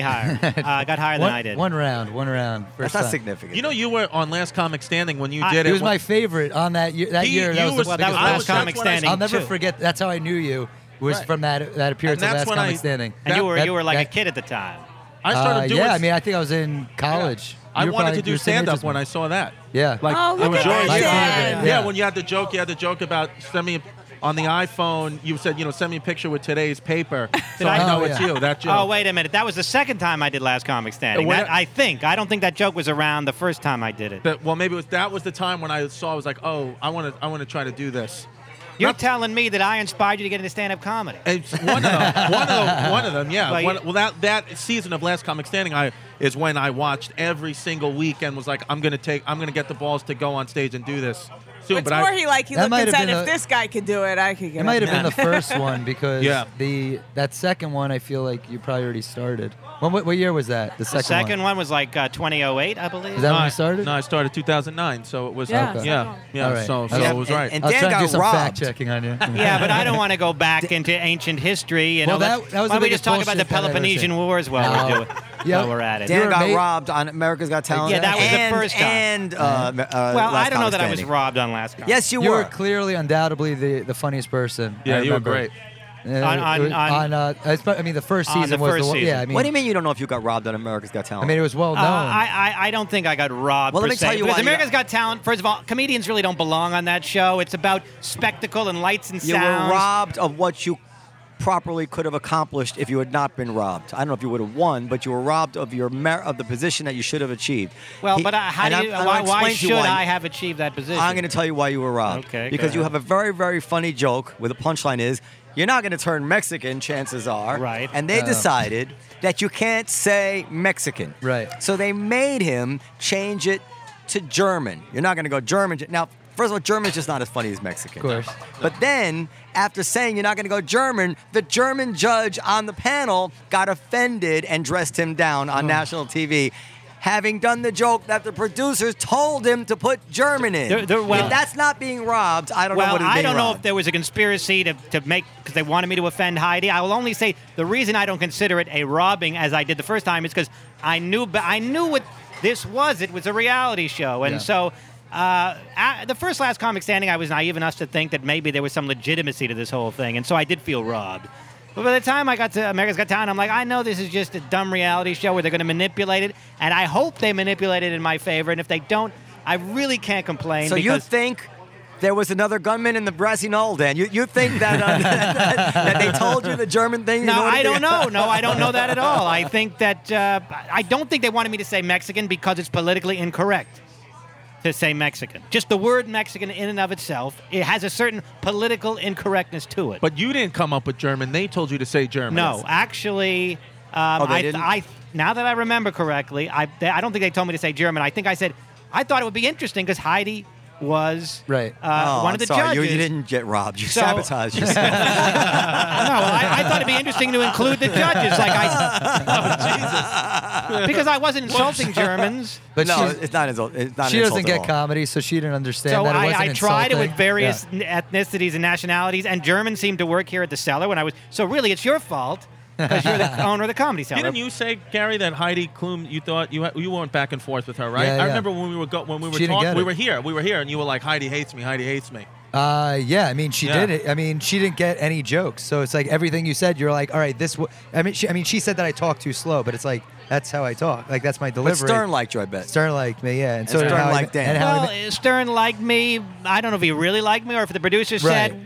C: higher. Uh, I got higher
F: one,
C: than I did.
F: one round one round
A: That's
F: first
A: not
F: time.
A: significant.
D: You know, you were on Last Comic Standing when you
C: I-
D: did
F: it
D: it.
F: was
D: when-
F: my favorite on that year that
D: He-
F: year that
D: you
F: was,
D: was-
F: the,
C: that was
F: last
C: Last
F: comic
C: Comic Standing,
F: i'll never
C: too.
F: forget that's how i knew you was
A: Right.
F: from that that appearance
D: And
F: of
D: that's
F: last
D: when
F: comic
D: I-
F: standing
C: and you were
F: That-
C: you were
F: that-
C: like a kid at the time.
D: I started
F: uh,
D: doing.
F: yeah i mean i think i was in college
D: I
F: You were
D: wanted
F: probably-
D: to
F: you
D: do
F: were same age
D: stand
F: as
D: up
F: me.
D: when I saw that.
F: yeah
D: Like,
B: Oh,
D: I
B: look
D: was
B: at
D: yours.
B: that,
D: yeah.
B: Dan.
F: Yeah.
D: when you had the joke, you had the joke about send me on the iPhone. You said, you know, send me a picture with today's paper, so I
C: I-
D: know
F: Oh,
D: it's
F: yeah.
D: you. That joke.
C: Oh wait a minute, that was the second time I did Last Comic Standing.
D: Uh, when
C: That-
D: I-
C: I think I don't think that joke was around the first time I did it.
D: That- well, maybe it was, that was the time when I saw. I was like, oh, I want to, I want to try to do this.
C: You're telling me that I inspired you to get into stand-up comedy.
D: It's one of them. One of them. One of them. Yeah.
C: Like-
D: One- well, that that season of Last Comic Standing, I is when I watched every single week and was like, I'm gonna take, I'm gonna get the balls to go on stage and do this. soon,
B: What's
D: but
B: more,
D: I,
B: he like he
F: That
B: looked
F: might
B: and
F: have
B: said,
F: been
B: "If
F: the-
B: this guy could do it, I could get."
F: It might
B: up
F: have been
B: there."
F: the first one because
D: Yeah.
F: the that second one I feel like you probably already started. When, what, what year was that? The second,
C: The second Uh, one, was like uh, 2008, I believe.
F: Is that-
D: no,
F: when
D: I
F: you started?
D: No, I started 2009, so it was yeah,
B: Yeah, Okay.
D: yeah,
F: All right.
D: So, so
F: Okay.
D: it was right.
A: And
F: I was
A: Dan
F: trying to do
A: got
F: some
A: robbed.
F: fact checking on you.
C: yeah, but I don't want to go back into ancient history. You
F: Well,
C: know,
F: that-
C: Let's-
F: that was
C: why
F: the
C: don't we just
F: biggest
C: talk about the
F: bullshit that I've ever
C: Peloponnesian
F: seen.
C: Wars while we
F: No.
C: do it?
F: Yeah.
C: While we're at it.
F: You're
A: Dan got
F: ama-
A: robbed on America's Got Talent.
C: Yeah, that was the
A: and-
C: first time. Mm-hmm.
A: And uh, ma- uh,
C: well,
A: Last
C: I don't know
A: Comic
C: that I was
A: Standing.
C: robbed on last. Comic.
A: Yes, you
F: you
A: were.
F: were clearly, undoubtedly the, the funniest person.
D: Yeah,
F: I
D: you were
F: remember.
D: great.
F: Uh,
C: On- on-
F: it was-
C: on-
F: on, uh, I sp- I mean, the first
C: On the
F: season was
C: first
F: the one.
C: season.
F: Yeah, I mean,
A: what do you mean you don't know if you got robbed on America's Got Talent?
F: I mean, it was well
C: Uh,
F: known.
C: I, I I don't think I got robbed.
A: Well, let
C: per
A: me tell
C: se,
A: you
C: because
A: why you
C: America's
A: got-
C: Got Talent. First of all, comedians really don't belong on that show. It's about spectacle and lights and
A: you
C: sounds.
A: were robbed of what you properly could have accomplished if you had not been robbed. I don't know if you would have won, but you were robbed of your mer- of the position that you should have achieved.
C: Well,
A: He-
C: but uh, how
A: and
C: do
A: I'm-
C: you?
A: and I'll
C: Why,
A: explain
C: why
A: to you
C: should I have achieved that position?
A: I'm going to tell you why you were robbed.
C: Okay, go
A: Because you
C: ahead.
A: have a very, very funny joke where the punchline is you're not going to turn Mexican, chances are.
C: Right. Uh.
A: And they
F: Oh.
A: decided that you can't say Mexican.
F: Right.
A: So they made him change it to German. You're not going to go German. Now, first of all, German's just not as funny as Mexican.
F: Of course.
A: But then, after saying you're not going to go German, the German judge on the panel got offended and dressed him down
C: Oh.
A: on national TV. Having done the joke that the producers told him to put German in.
C: There- there- well-
A: if that's not being robbed, I don't know
C: Well,
A: what is being
C: I don't know
A: robbed.
C: if there was a conspiracy to, to make because they wanted me to offend Heidi. I will only say the reason I don't consider it a robbing as I did the first time is because I knew but I knew what this was. It was a reality show, and
F: Yeah.
C: so. Uh, I, the first last comic standing, I was naive enough to think that maybe there was some legitimacy to this whole thing, and so I did feel robbed. But by the time I got to America's Got Talent, I'm like, I know this is just a dumb reality show where they're going to manipulate it, and I hope they manipulate it in my favor. And if they don't, I really can't complain.
A: so you
C: because
A: think there was another gunman in the brassy knoll, Dan? You, you think that, uh, that, that they told you the German thing? in
C: No,
A: order
C: I
A: to- Oh,
C: don't know. No, I don't know that at all. I think that uh, I don't think they wanted me to say Mexican because it's politically incorrect to say Mexican. Just the word Mexican in and of itself, it has a certain political incorrectness to it.
D: But you didn't come up with German. They told you to say German.
C: no, actually, um,
A: Oh, they
C: I,
A: didn't?
C: I now that I remember correctly, I they, I don't think they told me to say German. I think I said I thought it would be interesting because Heidi was
F: Right.
C: uh,
A: Oh,
C: one
A: I'm
C: of the
A: sorry. You,
C: judges.
A: you didn't get robbed. You
C: So-
A: sabotaged yourself.
C: No, I, I thought it'd be interesting to include the judges, like I, because I wasn't insulting Germans.
F: but
A: no,
F: she's-
A: it's not as it's not
F: she
A: an
F: doesn't
A: insult at
F: get
A: all.
F: comedy, so she didn't understand
C: So
F: that it
C: I,
F: wasn't
C: I tried it
F: insulting.
C: with various
F: Yeah.
C: n- ethnicities and nationalities, and German seemed to work here at the cellar when I was. So really, it's your fault because you're the owner of the comedy cellar.
D: Didn't you say, Gary, that Heidi Klum? You thought you you weren't back and forth with her, right?
F: Yeah,
D: I
F: yeah.
D: remember when we were go, when we were
F: She didn't
D: talking.
F: get
D: We
F: it.
D: were here. We were here, and you were like, Heidi hates me. Heidi hates me.
F: Uh, yeah, I mean, she
D: Yeah.
F: did it. I mean, she didn't get any jokes, so it's like everything you said, you're like, all right, this. W-. I mean, she, I mean, she said that I talk too slow, but it's like that's how I talk. Like that's my
A: But
F: delivery.
A: Stern liked you, I bet.
F: Stern liked me, yeah, and so
A: And
F: did
A: Stern
F: how I-
A: liked Dan.
F: And how I-
C: well, Stern liked me. I don't know if he really liked me or if the producer
F: Right.
C: said,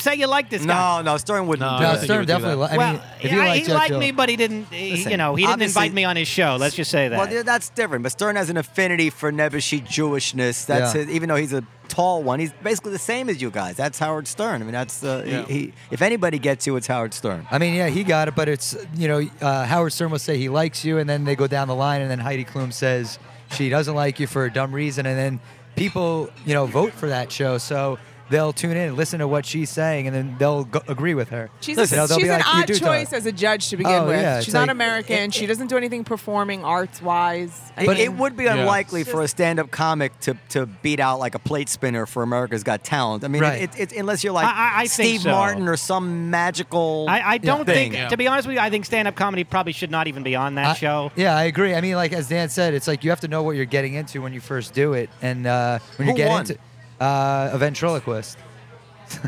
C: "Say you like this guy."
A: No, no, Stern wouldn't.
D: No,
A: do
F: no,
A: that.
D: think he
F: Stern
D: would do
F: definitely.
D: that.
F: Li- I
C: well,
F: mean, if
C: yeah,
F: you liked
C: he
F: Joe,
C: liked
F: Joe-
C: me, but he didn't. he-
A: Listen,
C: you know, he didn't
A: obviously-
C: invite me on his show. Let's just say that.
A: Well, th- that's different. But Stern has an affinity for Nebuchadnezzar Jewishness. That's
F: Yeah.
A: his, even though he's a tall one, he's basically the same as you guys. That's Howard Stern. I mean, that's uh,
D: Yeah.
A: he, he. If anybody gets you, it's Howard Stern.
F: I mean, yeah, he got it, but it's you know uh, Howard Stern will say he likes you, and then they go down the line, and then Heidi Klum says she doesn't like you for a dumb reason, and then people you know vote for that show, so they'll tune in, and listen to what she's saying, and then they'll go- agree with her.
B: She's,
F: Listen,
B: a,
F: they'll be
B: she's an
F: like, "You
B: odd
F: do talk."
B: choice as a judge to begin
F: Oh,
B: with.
F: yeah, it's
B: she's not
F: like-
B: American. she doesn't do anything performing arts wise.
A: It, it would be
D: Yeah.
A: unlikely
B: It's
A: for a stand-up comic to, to beat out like a plate spinner for America's Got Talent. I mean,
F: Right.
A: it, it, unless you're like
C: I- I- I think
A: Steve
C: so.
A: Martin or some magical.
C: I, I don't
A: thing.
C: think, to be honest with you, I think stand-up comedy probably should not even be on that
F: I-
C: show.
F: Yeah, I agree. I mean, like as Dan said, it's like you have to know what you're getting into when you first do it, and uh, when
A: Who
F: you get
A: won?
F: into uh, a ventriloquist.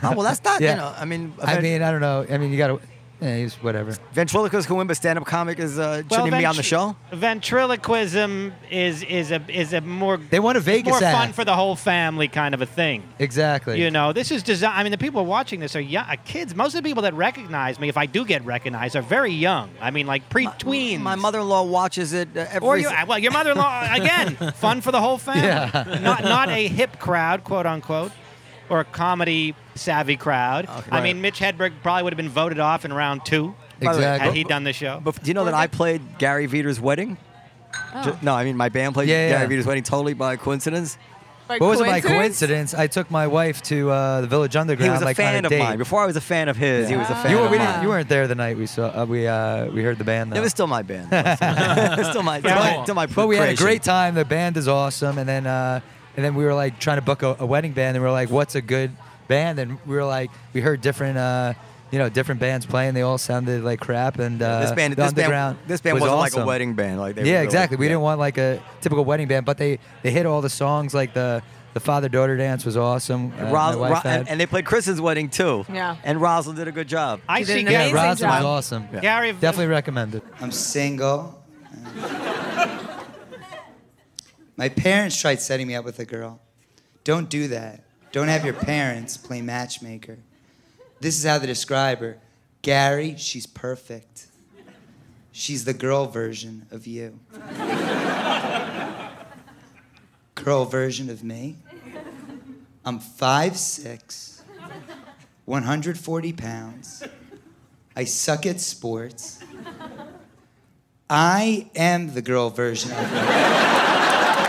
A: Oh well, that's not.
F: Yeah.
A: You know, I mean,
F: I mean, I don't know. I mean, you gotta. Yeah, he's whatever.
A: ventriloquist Coimbra stand-up comic is uh, shouldn't
C: Well,
A: even be on the
C: ventri-
A: show.
C: Ventriloquism is is a is a more
F: They want a
C: it's
F: Vegas
C: more fun
F: act.
C: for the whole family kind of a thing.
F: Exactly.
C: You know, this is design. I mean, the people watching this are young uh, kids. Most of the people that recognize me, if I do get recognized, are very young. I mean, like pre-tweens.
A: My mother-in-law watches it uh, every.
C: Or you,
A: si-
C: well, your mother-in-law uh, again. Fun for the whole family.
F: Yeah.
C: not not a hip crowd, quote unquote, or a comedy savvy crowd.
F: Oh,
C: I mean, Mitch Hedberg probably would have been voted off in round two
A: By the way,
C: had
F: Exactly.
C: he done the show.
A: But do you know that I played Gary Veter's wedding? Ju- No, I mean my band played
F: Yeah, yeah.
A: Gary Veter's wedding totally by coincidence.
B: By
F: what was it by
B: coincidence?
F: coincidence? I took my wife to uh, the Village
A: He
F: Underground.
A: was a
F: like, on
A: fan
F: a
A: of
F: date.
A: mine. Before I was a fan of his, he was a
B: Yeah.
A: fan
F: You, were,
A: of
F: we
A: mine.
F: didn't, you weren't there the night we saw uh, we uh, we heard the band. Though.
A: It was still my band. It's still my, still
C: Yeah.
A: my, still my
F: but we had a
A: creation.
F: great time. The band is awesome, and then uh, and then we were like trying to book a, a wedding band, and we were like, "What's a good band?" And we were like, we heard different, uh, you know, different bands playing. They all sounded like crap, and uh,
A: This band,
F: the
A: this band,
F: Underground
A: this band
F: was
A: wasn't like a
F: awesome.
A: wedding band. Like they were
F: yeah,
A: really-
F: exactly. We
A: yeah.
F: didn't want like a typical wedding band, but they they hit all the songs. Like the the father daughter dance was awesome. Uh,
A: Ros-
F: my wife
A: Ro- and,
F: had-
A: and they played Chris's wedding too.
B: Yeah.
A: And Rosalind did a good job.
C: I
B: You
C: see
B: did an
F: yeah,
B: amazing
F: Roslyn was
B: job.
F: awesome.
C: Gary
F: Definitely recommend it.
G: I'm single. My parents tried setting me up with a girl. Don't do that. Don't have your parents play matchmaker. This is how they describe her Gary, she's perfect. She's the girl version of you. girl version of me? I'm 5'6, 140 pounds. I suck at sports. I am the girl version of her.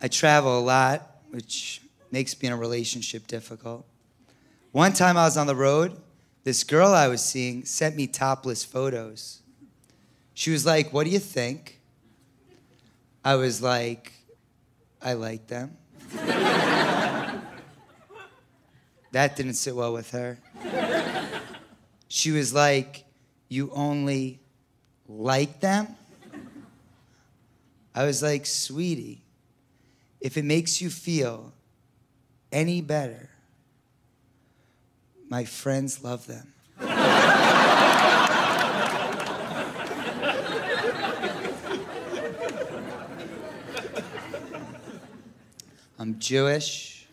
G: I travel a lot, which makes being in a relationship difficult. One time I was on the road, this girl I was seeing sent me topless photos. She was like, What do you think? I was like, I like them. That didn't sit well with her. she was like, You only like them? I was like, Sweetie, if it makes you feel any better, my friends love them. I'm Jewish.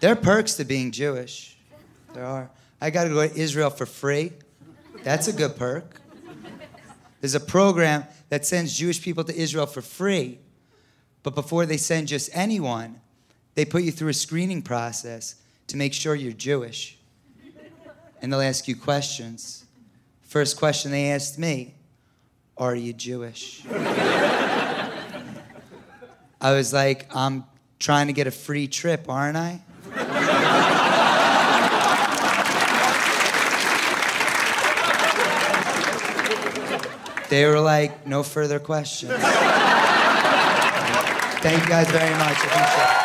G: There are perks to being Jewish. There are. I got to go to Israel for free. That's a good perk. There's a program that sends Jewish people to Israel for free, but before they send just anyone, they put you through a screening process to make sure you're Jewish. And they'll ask you questions. First question they asked me Are you Jewish? I was like, I'm trying to get a free trip, aren't I? they were like, no further questions. Thank you guys very much. Appreciate it.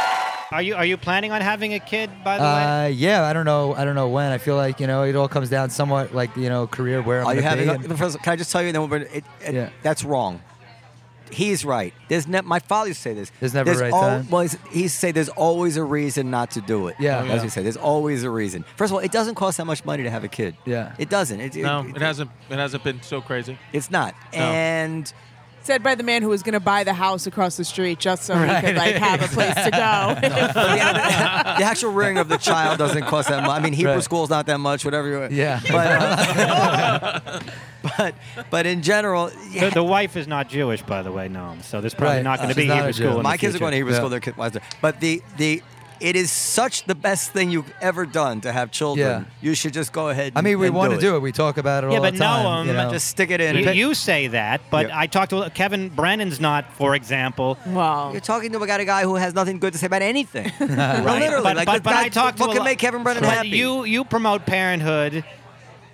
C: Are you are you planning on having a kid? By the way,
F: Uh, yeah, I don't know. I don't know when. I feel like you know it all comes down somewhat like you know career where I'm
A: Are you
F: gonna
A: having?
F: be
A: A,
F: and-
A: first, can I just tell you? Then we're, it, it,
F: Yeah.
A: That's wrong. He's right. There's ne- my father used to say this.
F: There's never a right time.
A: Well, he's- he used to say there's always a reason not to do it.
F: Yeah. Oh,
A: as
F: yeah.
A: you say, there's always a reason. First of all, it doesn't cost that much money to have a kid.
F: Yeah.
A: it doesn't. It,
D: No, it hasn't. It hasn't been so crazy.
A: It's not.
D: No.
A: And
B: Said by the man who was going to buy the house across the street just so he could like have a place to go.
A: the, the actual rearing of the child doesn't cost that much. I mean, Hebrew
F: Right.
A: school's not that much. Whatever. You,
F: Yeah.
A: But, uh, but but in general,
C: the, the wife is not Jewish, by the way, Noam. So there's probably
F: Right. Uh,
C: not going
F: She's
C: to be
F: not
C: Hebrew
F: a Jew.
C: school. in
A: my
C: the
A: kids are going to
C: future.
A: Hebrew
F: Yeah.
A: school. Their kids, wives are- but the the it is such the best thing you've ever done to have children.
F: Yeah.
A: You should just go ahead.
F: I mean,
A: and-
F: we
A: and
F: want to do
A: it.
F: it. We talk about it
C: Yeah,
F: all
C: but
F: the
C: no,
F: time.
C: um,
F: you know?
A: Just stick it in.
C: You,
A: Pick-
C: you say that, but
A: Yeah.
C: I talked to Kevin Brandon's not, for example.
B: wow.
A: You're talking to a guy, a guy who has nothing good to say about anything. Well, Literally,
C: but,
A: like
C: but,
A: this
C: but
A: guy-
C: I talked
A: what
C: to a
A: can
C: lot-
A: make Kevin Brennan
C: but
A: happy?
C: You you promote parenthood.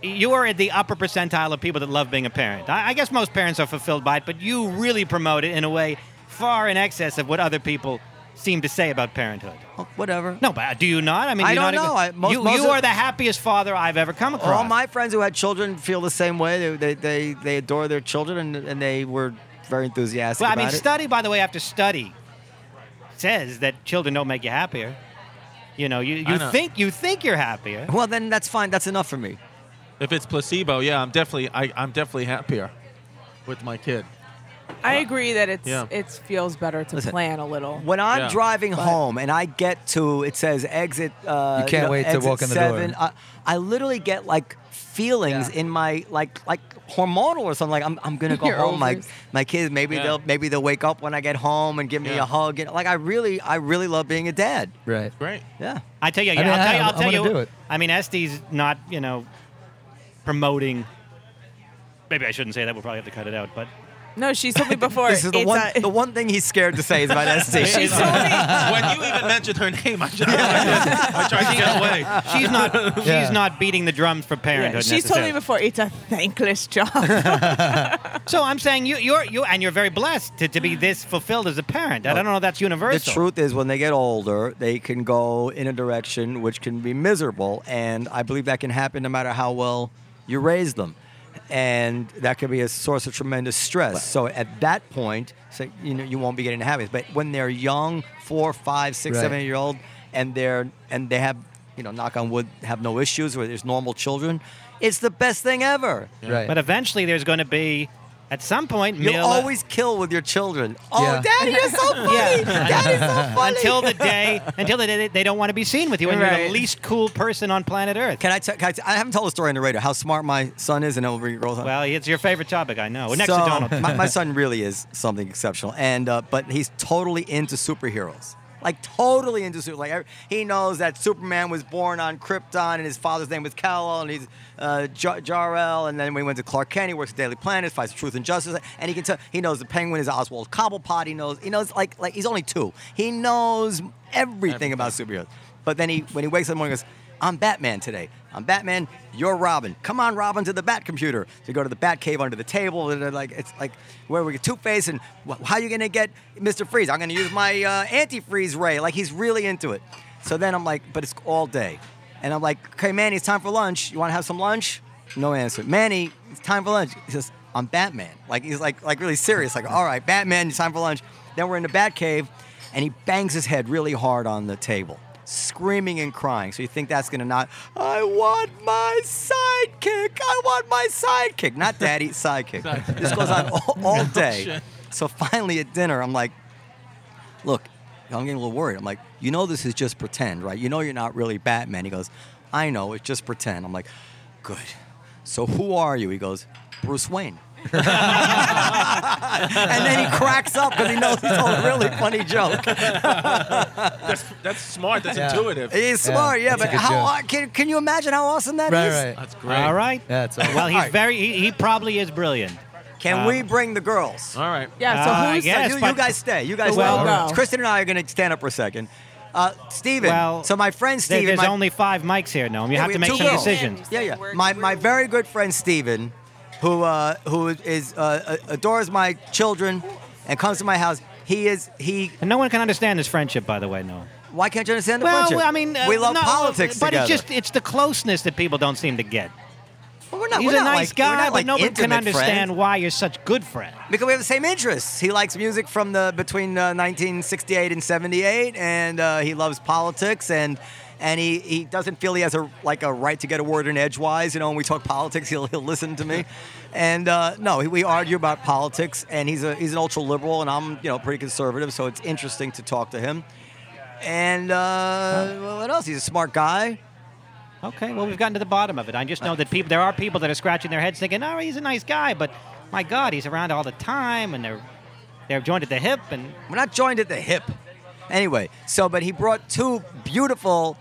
C: You are at the upper percentile of people that love being a parent. I, I guess most parents are fulfilled by it, but you really promote it in a way far in excess of what other people seem to say about parenthood.
A: Oh, whatever.
C: No, but uh, do you not? I mean,
A: I
C: do you
A: don't
C: not
A: know. I- most-
C: you
A: most
C: you
A: of-
C: are the happiest father I've ever come across.
A: All my friends who had children feel the same way. They they they, they adore their children and, and they were very enthusiastic
C: well, I
A: about
C: mean,
A: it.
C: study by the way after study says that children don't make you happier. You know, you,
D: I
C: you
D: know.
C: think you think you're happier.
A: well, then that's fine. That's enough for me.
D: If it's placebo, yeah, I'm definitely I, I'm definitely happier with my kid.
B: I agree that it's
D: Yeah.
B: it feels better to
A: Listen,
B: plan a little.
A: When I'm
D: Yeah.
A: driving home and I get to it says exit. Uh,
F: You can't wait to
A: exit
F: walk in the door.
A: seven, I, I literally get like feelings
F: Yeah.
A: in my like like hormonal or something. Like I'm, I'm gonna go
B: Your
A: home. My
B: ovaries.
A: my kids maybe
D: Yeah.
A: they'll maybe they'll wake up when I get home and give me
D: Yeah.
A: a hug. And like I really I really love being a dad.
F: right.
D: Great.
A: Yeah.
C: I tell you,
F: mean,
C: I'll
F: I-
C: tell you,
F: I
C: I'll tell
F: wanna
C: you.
F: do it.
C: I mean, Estee's not, you know, promoting. Maybe I shouldn't say that. We'll probably have to cut it out. But
B: No, she's told me before.
A: This is the
B: it's
A: one,
B: a-
A: the one thing he's scared to say is about
B: She
A: ST.
B: told me.
D: when you even mentioned her name, I tried, I tried to get away.
C: she's not.
F: Yeah.
C: She's not beating the drums for
B: Yeah,
C: parenthood.
B: she's told
C: necessarily.
B: me before it's a thankless job.
C: So I'm saying you, you're you, and you're very blessed to, to be this fulfilled as a parent. I don't know if that's
A: The
C: universal.
A: truth is, when they get older, they can go in a direction which can be miserable, and I believe that can happen no matter how well you raise them, and that can be a source of tremendous stress. So at that point, so, you know, you won't be getting the habits. But when they're young, four, five, six,
F: Right.
A: seven year old, and they're and they have, you know, knock on wood, have no issues, where there's normal children, it's the best thing ever.
F: Right.
C: But eventually, there's going to be, at some point,
A: You'll
C: Mila-
A: always kill with your children. Oh,
F: Yeah.
A: daddy, you're so funny. Daddy's so funny.
C: until the day until the day they- they don't want to be seen with you, and you're
B: Right.
C: the least cool person on planet Earth.
A: Can I tell? Can I, t- I haven't told the story on the radio how smart my son is and over your girls.
C: well, it's your favorite topic, I know. Well, next
A: So,
C: to Donald.
A: my, my son really is something exceptional, and uh, but he's totally into superheroes. Like totally into super. Like every- he knows that Superman was born on Krypton, and his father's name was Kal-El, and he's uh, Jar- Jor-El, and then we went to Clark Kent. He works at Daily Planet, fights for truth and justice, and he can tell. He knows the Penguin is Oswald Cobblepot. He knows. He knows like like he's only two. He knows everything about superheroes. But then he when he wakes up in the morning, he goes. I'm Batman today. I'm Batman. You're Robin. Come on, Robin, to the Bat computer. To go to the Bat cave under the table. And they're like it's like where we get Two Face and wh- how you gonna get Mr. Freeze? I'm gonna use my uh, antifreeze ray. Like he's really into it. So then I'm like, but it's all day, and I'm like, okay, Manny, it's time for lunch. You want to have some lunch? No answer. Manny, it's time for lunch. He says, I'm Batman. Like he's like like really serious. Like all right, Batman, it's time for lunch. Then we're in the Bat cave, and he bangs his head really hard on the table screaming and crying. So you think that's gonna not? I want my sidekick. I want my sidekick. Not daddy, sidekick. This goes on all, all day. so finally at dinner, I'm like, look, I'm getting a little worried. I'm like, you know, this is just pretend, right? You know, you're not really Batman. He goes, I know, it's just pretend. I'm like, good. So who are you? He goes, Bruce Wayne. and then he cracks up because he knows he told a really funny joke.
D: That's, that's smart. That's
F: Yeah.
D: intuitive.
A: He's smart, yeah,
F: that's a
A: but
F: good
A: how
F: joke.
A: aw- can, can you imagine how awesome that is?
F: Right, right.
D: That's great.
C: All right.
F: Yeah, it's all right.
C: Well, he's very. He, he probably is brilliant.
A: Can
C: Um,
A: we bring the girls?
D: All right.
B: Yeah, so
C: Uh, I
B: who's
C: guess.
A: you, you
C: but-
A: guys stay. You guys
B: Well,
A: stay.
B: All right.
A: Kristen and I are going to stand up for a second. Uh, Steven,
C: Well,
A: so my friend
C: There-
A: Steven.
C: there's
A: my,
C: only five mics here, Noam. You
A: Yeah,
C: have
A: we
C: to
A: have
C: make
A: two
C: some
A: girls.
C: decisions.
A: Yeah, yeah. My, my very good friend Steven, who uh, who is uh, adores my children and comes to my house. He is he.
C: And no one can understand this friendship, by the way, Noam.
A: Why can't you understand the
C: Well,
A: friendship?
C: I mean, uh,
A: we love
C: no,
A: politics
C: but
A: together.
C: it's just it's the closeness that people don't seem to get.
A: Well, we're not,
C: He's
A: we're
C: a
A: not
C: nice
A: like,
C: guy,
A: we're not
C: but
A: like
C: nobody can
A: intimate friends.
C: understand why you're such good friends.
A: Because we have the same interests. He likes music from the between uh, 1968 and 78, and uh, he loves politics and. And he, he doesn't feel he has a like a right to get a word in edgewise. You know, when we talk politics, he'll, he'll listen to me. And uh, no, we argue about politics. And he's a he's an ultra liberal, and I'm you know pretty conservative. So it's interesting to talk to him. And uh, well, what else? He's a smart guy.
C: Okay, well, we've gotten to the bottom of it. I just know that people, there are people that are scratching their heads thinking, oh, he's a nice guy, but my God, he's around all the time, and they're they're joined at the hip, and
A: We're not joined at the hip. Anyway, so but he brought two beautiful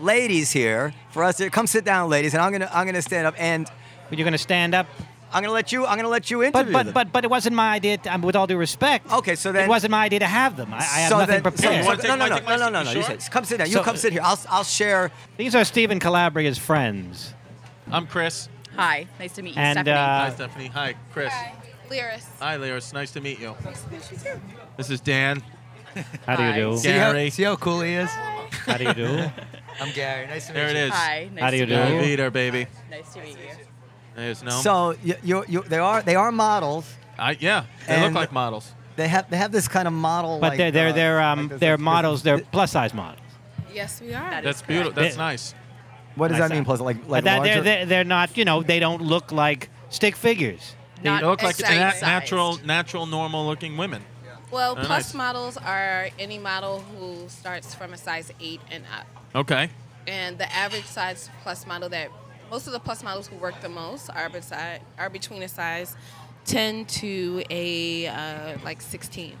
A: ladies here for us to come sit down, ladies, and I'm gonna I'm gonna stand up and
C: you're going to stand up.
A: I'm gonna let you I'm gonna let you interview
C: But but
A: them.
C: but but it wasn't my idea. To, um, with all due respect,
A: Okay, so then-
C: it wasn't my idea to have them. I, I have
A: so
C: nothing
A: then, so-
C: prepared.
D: You wanna
A: so-
D: take
A: no, no,
D: my-
A: no,
D: take my
A: no,
D: seat?
A: no, no,
D: You
A: no. You
D: sure?
A: said, come sit down. You
C: So-
A: come sit here. I'll, I'll share.
C: These are Stephen Calabria's friends,
D: I'm Chris.
E: Hi, nice to meet you,
C: and
E: Stephanie.
D: Hi,
C: uh,
D: Stephanie. Hi, Chris.
H: Hi, Lyris.
D: Hi, Lyris. Nice to meet you. This is Dan.
C: how do you do?
F: See how,
D: Gary.
F: see how cool he is?
C: How do you do?
F: I'm Gary. Nice to
D: There it is.
E: Hi, nice
C: How do you
E: to
C: do?
D: Gary
E: meet
D: Veeder, baby.
E: you. Nice to meet you.
D: There's no.
A: So you, you, you, they are they are models.
D: I, yeah, they
A: And-
D: look like models.
A: They have they have this kind of model.
C: But
A: like,
C: they're they're
A: uh,
C: they're um
A: like this-
C: they're
A: this-
C: models. They're
A: this-
C: plus size models.
H: Yes, we are.
E: That is
D: That's beautiful.
E: correct.
D: That's
C: They-
D: nice.
A: What does
C: Nice
A: that mean?
C: size.
A: Plus, like like
C: But that-
A: larger.
C: they're, they're they're not. You know, they don't look like stick figures.
D: They
E: Not
D: look like
E: exactly
D: na-
E: sized.
D: natural, natural, normal-looking women.
H: Well,
D: Very
H: plus
D: nice.
H: models are any model who starts from a size eight and up.
D: Okay.
H: And the average size plus model that most of the plus models who work the most are, beside, are between a size 10 to a uh, like 16.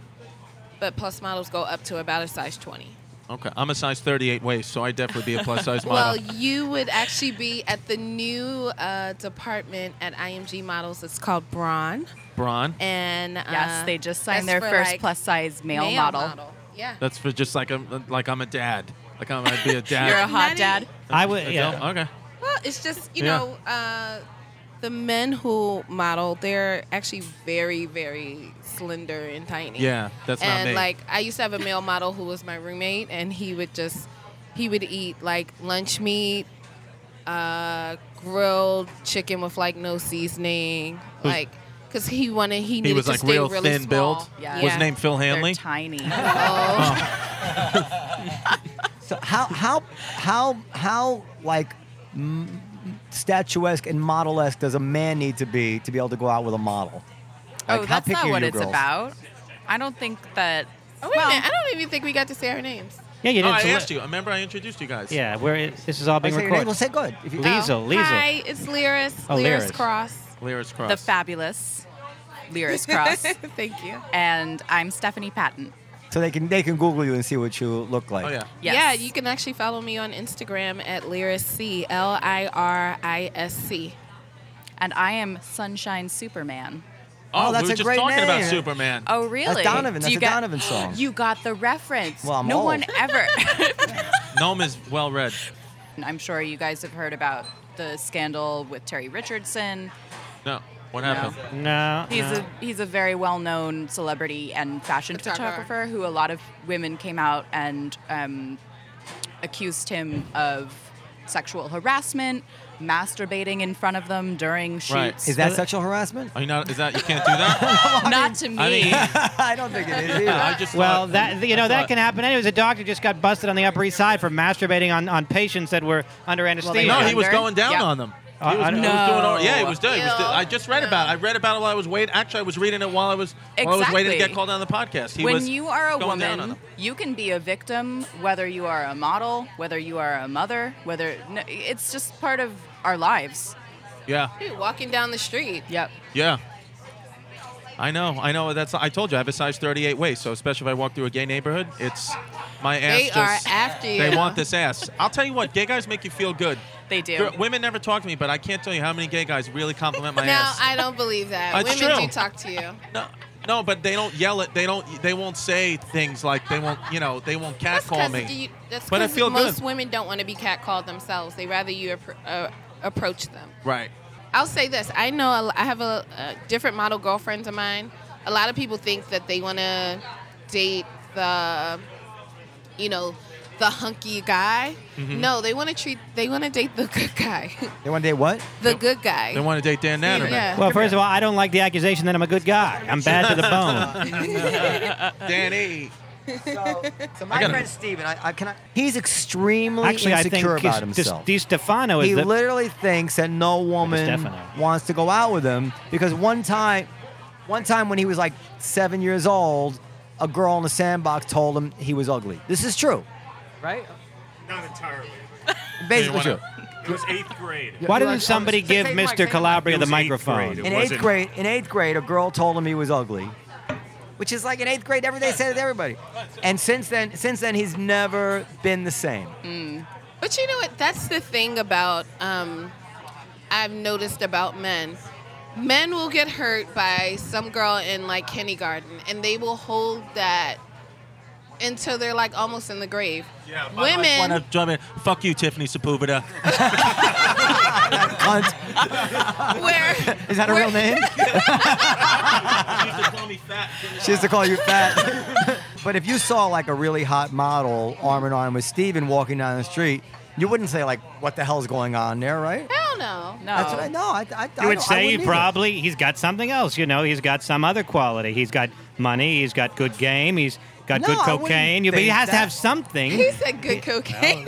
H: But plus models go up to about a size 20.
D: Okay, I'm a size 38 waist, so I'd definitely be a plus size
H: Well,
D: model.
H: you would actually be at the new uh, department at IMG Models. It's called Braun,
D: Braun.
H: and uh,
E: Yes, they just signed
H: that's
E: their
H: for,
E: first
H: like,
E: plus size male,
H: male
E: model.
H: Yeah.
D: That's for just like I'm like I'm a dad. Like I'm I'd be a dad.
E: You're a
H: Not
E: hot
H: any-
E: dad.
C: I would.
D: Adult?
C: Yeah.
D: Okay.
H: Well, it's just you
D: Yeah.
H: know uh, the men who model they're actually very very slender and tiny.
D: Yeah, that's not
H: and
D: me.
H: like I used to have a male model who was my roommate, and he would just he would eat like lunch meat, uh, grilled chicken with like no seasoning, like because he wanted he needed
D: was,
H: to
D: like,
H: stay
D: real
H: really
D: thin
H: small.
D: build?
E: Yeah.
D: Was named Phil
E: They're
D: Hanley.
E: tiny.
H: Oh,
A: So how how how how like m- statuesque and model-esque does a man need to be to be able to go out with a model? Like,
E: oh,
A: how
E: that's not
A: picky are
E: what
A: you
E: it's
A: girls?
E: about. I don't think that.
H: Oh, wait
E: well,
H: a minute! I don't even think we got to say our names.
C: Yeah, you
D: No,
C: didn't.
D: Oh, I
C: so let-
D: asked you. Remember, I introduced you guys.
C: Yeah, where it, this is all
A: Like,
C: being
A: say your name, well,
C: recorded.
A: say good. If you-
C: Liesel, Liesel.
H: Um, Hi, it's Lyris.
C: Oh,
H: Lyris
C: Lyris.
H: Cross.
D: Lyris Cross.
E: the fabulous Lyris Cross,
H: Thank you.
E: and I'm Stephanie Patton.
A: So they can they can Google you and see what you look like.
D: Oh yeah.
E: Yes.
H: Yeah, you can actually follow me on Instagram at Lyris C. L I R I S C.
E: And I am Sunshine Superman.
A: Oh,
D: we
A: that's
D: were
A: a
D: just
A: great
D: talking about
A: name.
D: Superman.
E: Oh, really?
A: Donovan.
E: Do
A: That's
E: you
A: a
E: got-
A: Donovan song.
E: You got the reference.
A: Well, I'm
E: no
A: old.
E: one ever.
D: Gnome is well read.
E: And I'm sure you guys have heard about the scandal with Terry Richardson.
D: No. What happened?
C: No.
E: He's
C: no.
E: a he's a very well known celebrity and fashion
H: Photographer.
E: photographer. who a lot of women came out and um, accused him of sexual harassment, masturbating in front of them during shoots.
D: Right.
A: Is that sexual harassment?
D: Are you not? Is that you can't do that?
E: Not to me.
D: I mean,
A: I don't think it is.
D: yeah, I
A: Either.
D: just
C: Well,
D: thought-
C: that you know
D: I
C: that
D: thought-
C: can happen. Anyways, a doctor just got busted on the Upper East Side for masturbating on, on patients that were under anesthesia.
D: No, he was
E: Younger?
D: going down
E: Yeah.
D: on them. He
C: Uh,
D: was,
C: I don't-
D: he was doing all, yeah, he
E: No.
D: was doing. He was
H: Ew.
D: doing- I just read about it. I read about it while I was waiting. Actually, I was reading it while I was while I was waiting to
E: Exactly.
D: get called on the podcast. He
E: when
D: was
E: you are a
D: going down on
E: woman,
D: them.
E: you can be a victim, whether you are a model, whether you are a mother, whether no, it's just part of our lives.
D: Yeah,
H: Dude, walking down the street.
E: Yep.
D: yeah. I know, I know. That's I told you I have a size 38 waist, so especially if I walk through a gay neighborhood, it's my ass.
H: They are
D: just,
H: after you.
D: They want this ass. I'll tell you what, gay guys make you feel good.
E: They do.
D: Gir- women never talk to me, but I can't tell you how many gay guys really compliment my
H: no,
D: ass.
H: I don't believe that.
D: It's
H: Women
D: true.
H: do talk to you.
D: No, no, but they don't yell it. They don't. They won't say things like they won't. You know, they won't
H: That's
D: catcall
H: 'cause
D: me.
H: you- that's
D: But I
H: 'cause
D: feel good.
H: most women don't want to be catcalled themselves. They rather you appro- uh, approach them.
D: Right.
H: I'll say this. I know a l- I have a, a different model girlfriends of mine. A lot of people think that they want to date the, you know, the hunky guy. No, they want to treat. They want to date the good guy,
A: They want to date what?
H: the good guy.
D: They want to date Dan Natterman.
H: yeah.
C: Well, first of all, I don't like the accusation that I'm a good guy. I'm bad to the bone.
D: Danny.
A: So, so my
D: I gotta-
A: friend Steven, I, I can I, he's extremely
C: Actually, I think
A: insecure about
C: Dis-
A: himself.
C: Di Stefano is
A: he
C: the
A: literally thinks that no woman
C: Stefano.
A: wants to go out with him because one time, one time when he was like seven years old, a girl in a sandbox told him he was ugly. This is true, right?
I: Not entirely.
A: Basically
D: wanna-
A: true.
I: It was eighth grade.
C: Why
A: You're
C: didn't
A: like-
C: somebody
A: Say-
C: give
A: say my
C: Mr.
A: name.
C: Calabria
I: It
C: the
I: was eighth
C: microphone?
I: grade.
A: In
I: It
A: eighth
I: wasn't-
A: grade, in eighth grade, a girl told him he was ugly, which is like in eighth grade. Every day, said it to everybody. And since then, since then, he's never been the same.
H: But you know what? That's the thing about um, I've noticed about men. Men will get hurt by some girl in like kindergarten, and they will hold that until they're like almost in the grave. Yeah, women.
D: Wanna jump in. Fuck you, Tiffany Sepulveda.
A: Cunt.
H: where
A: Is that a real name? she used to call you fat. but if you saw like a really hot model arm in arm with Steven walking down the street, you wouldn't say like, "What the hell's going on there?" Right?
H: hell no.
E: No.
A: That's what I know. I, I, I
C: You would
A: don't- I
C: say
A: wouldn't
C: he
A: either.
C: probably he's got something else. You know, he's got some other quality. He's got money. He's got good game. He's got
A: No,
C: good
A: I wouldn't
C: cocaine. You, but he
A: think
C: has to
A: that.
C: have something.
H: He said good cocaine.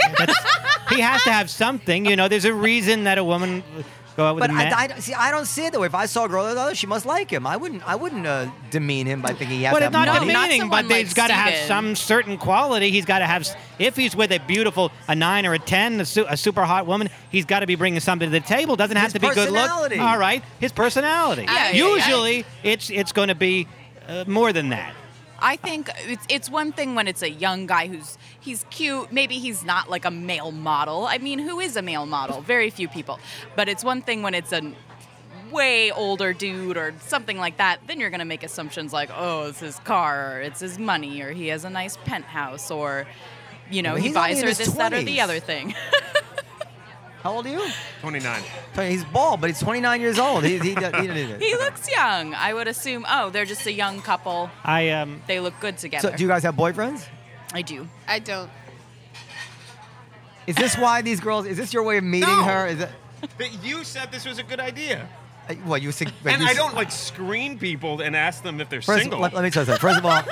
C: he has to have something. You know, there's a reason that a woman would go out with
A: But
C: a
A: I,
C: man.
A: I don't- see, I don't see it that way. If I saw a girl, that was other, she must like him. I wouldn't, I wouldn't uh, demean him by thinking he has
C: but
A: to
C: it's
A: have
C: not
A: money.
E: not
C: demeaning, but
E: someone
C: they've
E: like
C: got to have
E: Steven.
C: some certain quality. He's got to have, s- if he's with a beautiful, a nine or a 10, a, su- a super hot woman, he's got to be bringing something to the table. Doesn't have
A: His
C: to be good
A: personality.
C: look. All right, his personality.
H: Yeah, yeah,
C: Usually, it's it's going to be uh, more than that.
E: I think it's it's one thing when it's a young guy who's he's cute. Maybe he's not like a male model. I mean, who is a male model? Very few people. But it's one thing when it's a way older dude or something like that. Then you're gonna make assumptions like, oh, it's his car, or it's his money, or he has a nice penthouse, or you know,
A: Well,
E: he
A: he's only
E: buys
A: in
E: her
A: his
E: this, that, or the
A: 20s.
E: other thing.
A: How old are you?
I: 29.
A: He's bald, but he's 29 years old. He, he, he,
E: he looks young. I would assume. Oh, they're just a young couple.
C: I um,
E: They look good together.
A: so, do you guys have boyfriends?
E: I do.
H: I don't.
A: Is this why these girls? Is this your way of meeting
I: No.
A: her? Is it?
I: That you said this was a good idea.
A: uh, What you think?
I: And I don't like screen people and ask them if they're
A: First,
I: single.
A: Let, let me tell you something. First of all,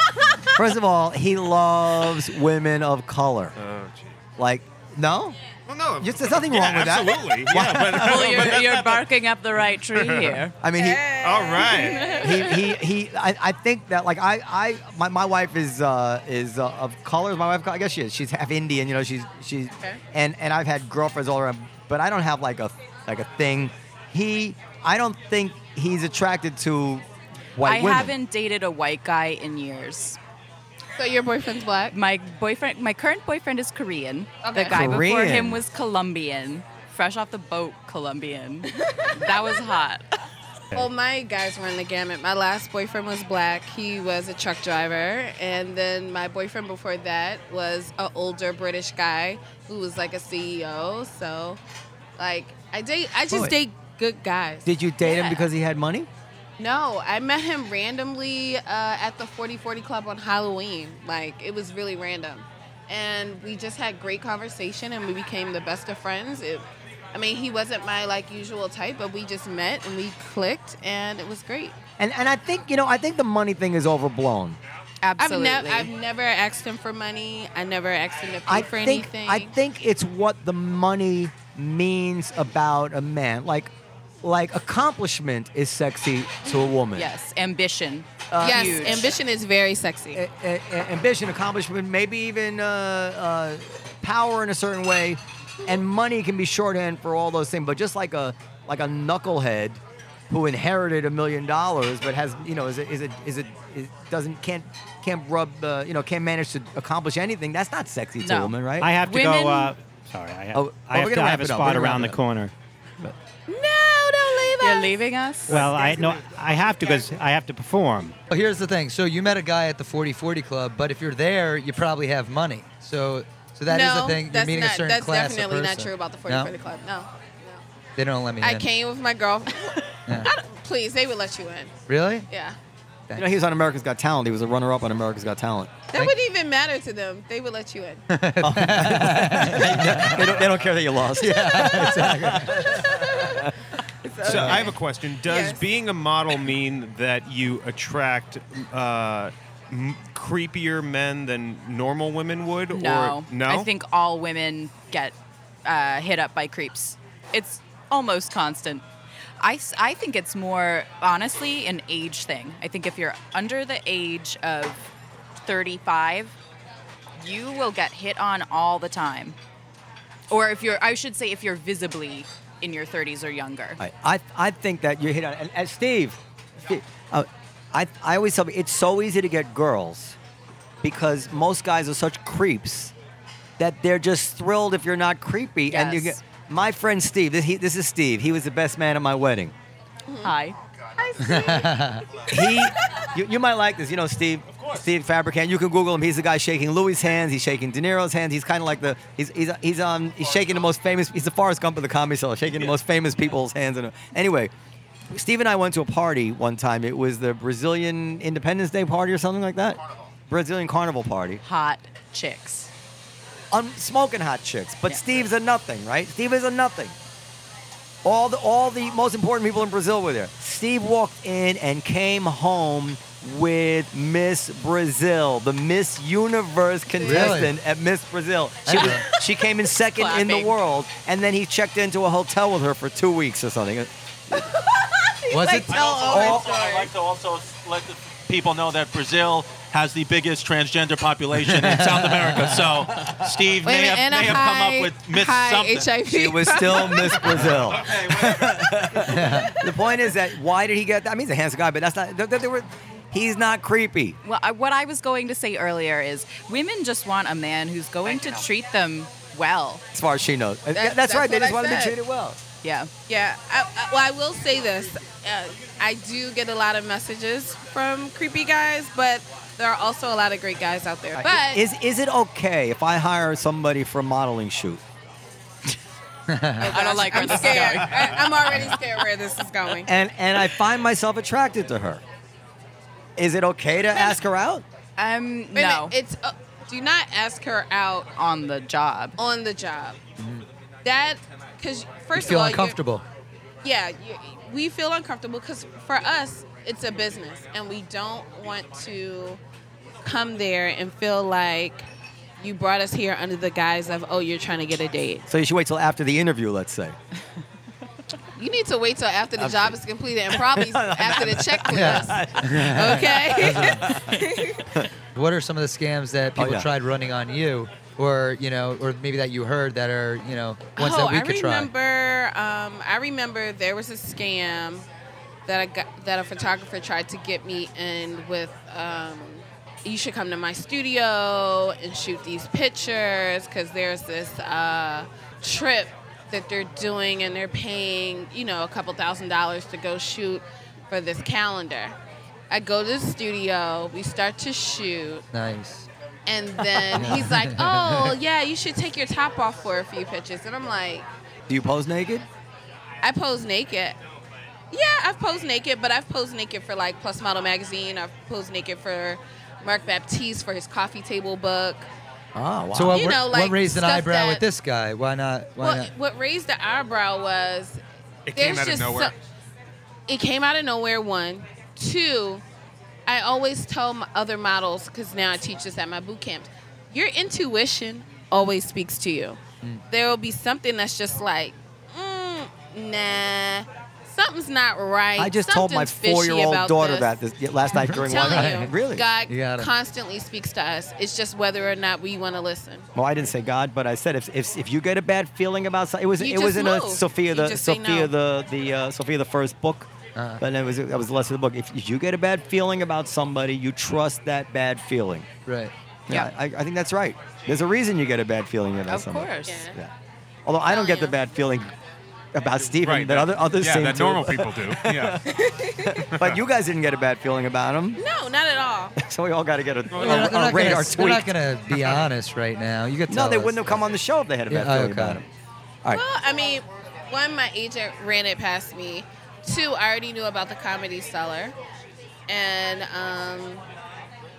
A: first of all, he loves women of color.
I: oh, gee.
A: Like, no,
I: Well, no.
A: Yes, there's nothing
I: yeah,
A: wrong with that.
I: absolutely. Yeah, but,
E: Well,
I: but
E: you're,
I: that's
E: you're
I: not
E: barking up the right tree here.
A: I mean, he,
I: the- all right.
A: he, he, he I, I think that like I, I my, my wife is uh, is uh, of color. Is My wife, I guess she is. She's half Indian. You know, she's she's and and I've had girlfriends all around, but I don't have like a like a thing. He, I don't think he's attracted to white
E: I
A: women.
E: haven't dated a white guy in years.
H: So your boyfriend's black?
E: My boyfriend, my current boyfriend, is Korean.
H: Okay.
E: The guy before
A: Korean.
E: him was Colombian, fresh off the boat, Colombian. that was hot.
H: Well, my guys run the gamut. My last boyfriend was black. He was a truck driver, and then my boyfriend before that was an older British guy who was like a CEO. So, like, I date. I just
A: Boy.
H: date good guys.
A: Did you date him
H: Yeah.
A: because he had money?
H: No, I met him randomly uh, at the 4040 Club on Halloween. Like, it was really random. And we just had great conversation and we became the best of friends. It, I mean, he wasn't my like usual type, but we just met and we clicked and it was great.
A: And and I think you know I think the money thing is overblown.
H: I've,
E: Absolutely.
H: ne- I've never asked him for money. I never asked him to pay
A: I
H: for
A: think
H: anything.
A: I think it's what the money means about a man. Like like accomplishment is sexy to a woman.
E: yes, ambition.
H: yes,
E: Huge.
H: ambition is very sexy.
A: A- a- a- ambition, accomplishment, maybe even uh, uh, power in a certain way, and money can be shorthand for all those things. But just like a like a knucklehead who inherited a million dollars, but has you know is a, is a, is, a, is doesn't can't can't rub uh, you know can't manage to accomplish anything. That's not sexy to a
E: No.
A: woman, right?
C: I have to go.
E: Women-
C: Uh, sorry, I have,
A: Oh,
C: I
A: oh,
C: have
A: we're
C: to
A: gonna
C: I have
A: wrap
C: a
A: it up.
C: spot
A: We're gonna
C: around the
A: wrap it up.
C: corner.
H: no, don't leave
E: You're
H: us.
E: leaving us.
C: Well, I no, I have to because I have to perform.
F: Well, here's the thing. So you met a guy at the 4040 Club, but if you're there, you probably have money. So so that is
H: no,
F: the thing. You're
H: that's
F: meeting
H: not,
F: a certain
H: That's
F: class of
H: definitely not
F: person.
H: true about the 40
F: No?
H: Friday Club. No. no.
F: They don't let me
H: I
F: in.
H: came with my girlfriend.
F: Yeah.
H: Please, they would let you in.
F: Really?
H: Yeah.
A: You know, he was on America's Got Talent. He was a runner-up on America's Got Talent.
H: That wouldn't even matter to them. They would let you in.
A: they, don't, they don't care that you lost.
I: So I have a question. Does
H: Yes.
I: being a model mean that you attract uh, m- creepier men than normal women would?
E: No.
I: Or, no.
E: I think all women get uh, hit up by creeps. It's almost constant. I, s- I think it's more, honestly, an age thing. I think if you're under the age of 35, you will get hit on all the time. Or if you're, I should say, if you're visibly in your 30s or younger.
A: I, I, I think that you hit on and, and Steve, Steve, uh, I, I always tell me it's so easy to get girls because most guys are such creeps that they're just thrilled if you're not creepy and you
E: Yes.
A: get my friend Steve this, he, this is Steve he was the best man at my wedding
E: Hi.
A: he you, you might like this you know Steve Steve Fabricant you can Google him he's the guy shaking Louis' hands he's shaking De Niro's hands he's kind of like the he's he's he's um he's shaking the most famous he's the Forrest Gump of the comedy cellar shaking the most famous people's hands and anyway Steve and I went to a party one time. It was the Brazilian Independence Day party or something like that. Brazilian carnival party.
E: Hot chicks.
A: I'm smoking hot chicks, but
E: Yeah.
A: Steve's a nothing, right? Steve is a nothing. All the all the most important people in Brazil were there. Steve walked in and came home with Miss Brazil, the Miss Universe contestant at Miss Brazil. She was, she came in second in the
E: Clapping.
A: world, and then he checked into a hotel with her for two weeks or something.
F: Was it?
H: Oh,
F: Oh,
A: all-
D: I like to also let the people know that Brazil has the biggest transgender population in South America. So Steve
H: Wait a
D: may
H: minute,
D: have,
H: and a
D: may have come
H: high,
D: up with Miss
H: high
D: something.
H: HIV.
A: It was still Miss Brazil. the point is that why did he get that? I mean, he's a handsome guy, but that's not. There, there were. He's not creepy.
E: Well, I, what I was going to say earlier is women just want a man who's going to treat them well.
A: As far as she knows. Yeah, that's,
H: that's
A: right. They
H: what
A: just
H: I
A: want to be
H: said.
A: treated well.
E: Yeah.
H: Yeah. I, I, well, I will say this. Uh, I do get a lot of messages from creepy guys, but there are also a lot of great guys out
F: Uh,
H: there. But
A: Is is it okay if I hire somebody for a modeling shoot?
F: Uh-huh.
E: I don't like where
H: I'm
E: this is
H: scared.
E: going.
H: I, I'm already scared where this is going.
A: And and I find myself attracted to her. Is it okay to ask her out?
E: Um,
H: Wait a
E: no.
H: minute, It's uh, do not ask her out
E: on the job.
H: on the job. That because
F: You
H: first
F: feel
H: of all, you're-
F: uncomfortable.
H: yeah, you, we feel uncomfortable because for us, it's a business, and we don't want to come there and feel like you brought us here under the guise of oh, you're trying to get a date.
A: So you should wait till after the interview, let's say.
H: You need to wait till after the job is completed and probably after the check clears. Okay.
F: What are some of the scams that
A: Oh,
F: people
A: yeah.
F: tried running on you, or you know, or maybe that you heard that are you know ones
H: oh,
F: that we
H: I
F: could try?
H: remember. Um, I remember there was a scam that I got, that a photographer tried to get me in with. Um, you should come to my studio and shoot these pictures because there's this uh, trip that they're doing and they're paying you know a couple thousand dollars to go shoot for this calendar. I go to the studio. We start to shoot.
F: Nice.
H: And then he's like, "Oh, yeah, you should take your top off for a few pictures." And I'm like,
A: Do you pose naked?
H: "I pose naked." Yeah, I've posed naked, but I've posed naked for like Plus Model magazine. I've posed naked for Mark Baptiste for his coffee table book.
A: Oh, wow.
F: So uh, what,
H: You
F: ra-
H: know,
F: what
H: like
F: raised an
H: stuff
F: eyebrow
H: that-
F: with this guy? Why not? Why
H: Well,
F: not?
H: what raised the eyebrow was
I: It came
H: there's
I: out of
H: just
I: nowhere.
H: some- it came out of nowhere. One, two. I always tell my other models because now I teach this at my boot camps. Your intuition always speaks to you.
I: Mm.
H: There will be something that's just like, mm, nah, something's not right.
A: I just told my
H: Something's fishy
A: four-year-old
H: about
A: daughter
H: this.
A: that this, last night during
H: I'm
A: one
H: telling you,
A: Really?
H: God
F: You got it.
H: constantly speaks to us. It's just whether or not we want to listen.
A: Well, I didn't say God, but I said if if, if you get a bad feeling about something, it was
H: You
A: it was
H: just
A: in a
H: move.
A: Sophia
H: You
A: the
H: just say
A: Sophia
H: no.
A: the the uh, Sophia the first book,
F: Uh-huh.
A: but it was that was the lesson of the book. If, if you get a bad feeling about somebody, you trust that bad feeling.
F: Right.
A: Yeah, I, I think that's right. There's a reason you get a bad feeling about
E: Of
A: somebody.
E: course.
H: Yeah.
A: Yeah. Although I don't get the
H: Yeah.
A: bad feeling about Steven
I: Right.
A: that other others
I: yeah,
A: seem
I: that
A: to.
I: normal people do. Yeah.
A: but you guys didn't get a bad feeling about him,
H: No, not at all.
A: so we all got to get a,
F: They're not-
A: a,
F: they're
A: a
F: not gonna-
A: radar
F: they're not
A: tweak.
F: going to be honest right now. You could
A: No,
F: tell
A: they
F: us.
A: wouldn't have come on the show if they had a bad
F: Yeah,
A: feeling
F: okay.
A: about him.
H: Well, I mean, one, my agent ran it past me. Two, I already knew about the comedy seller. And um,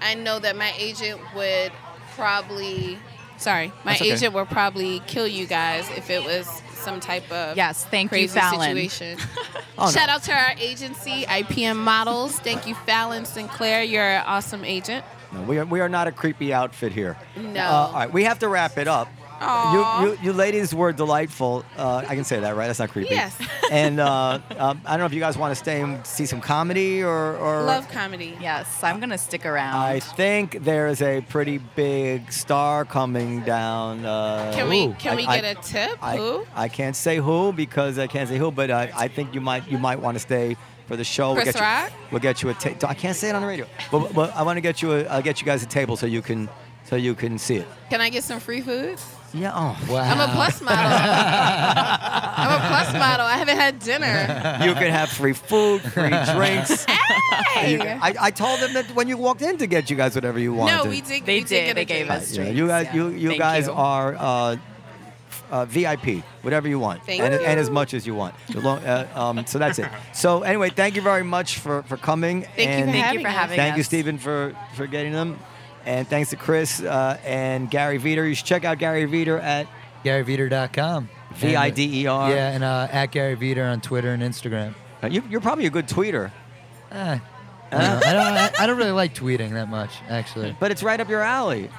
H: I know that my agent would probably, sorry, my
A: That's okay.
H: agent would probably kill you guys if it was some type of
E: Yes, thank you,
H: crazy
E: Fallon.
H: situation.
A: Oh,
H: Shout out to our agency, IPM Models. Thank you, Fallon Sinclair. You're an awesome agent.
A: No, we are, we are not a creepy outfit here.
H: No.
A: Uh, all right, we have to wrap it up.
H: Aw.
A: You, you, you ladies were delightful. Uh, I can say that, right? That's not creepy.
H: Yes.
A: And uh, um, I don't know if you guys want to stay and see some comedy or. or
H: Love comedy.
E: Yes, I'm gonna stick around.
A: I think there is a pretty big star coming down. Uh,
H: Can we
F: Ooh,
H: can
A: I-
H: we
A: I-
H: get a tip?
A: I,
H: Who?
A: I can't say who because I can't say who, but I, I think you might you might want to stay for the show.
H: Chris
A: we'll get
H: Rock?
A: you. We'll get you a ta- I can't say it on the radio, but, but I want to get you a, I'll get you guys a table so you can so you can see it.
H: Can I get some free food?
A: Yeah. Oh.
F: Wow.
H: I'm a plus model. I'm a plus model. I haven't had dinner.
A: You can have free food, free drinks. You- I, I told them that when you walked in to get you guys whatever you wanted.
H: no, we did.
E: They
H: we did.
E: did,
H: get a
E: they gave
H: drink.
E: us.
A: Yeah, you guys, you, you
E: Thank
A: guys
E: you.
A: are uh, uh, VIP, whatever you want,
H: Thank
A: and,
H: you.
A: and as much as you want. The long- uh, um, so that's it. So anyway, thank you very much for, for coming.
H: Thank you
A: and
H: for
E: thank
H: having
E: you for
H: us.
E: having us.
A: Thank you, Stephen, for for getting them, and thanks to Chris uh, and Gary Veter. You should check out Gary Veter at
F: GaryVeter.com.
A: V I D E R.
F: uh, Yeah, and uh, at Gary Veter on Twitter and Instagram.
A: uh, you, you're probably a good tweeter, uh,
F: Eh, I, don't know. I, don't, I, I don't really like tweeting that much, actually.
A: but it's right up your alley.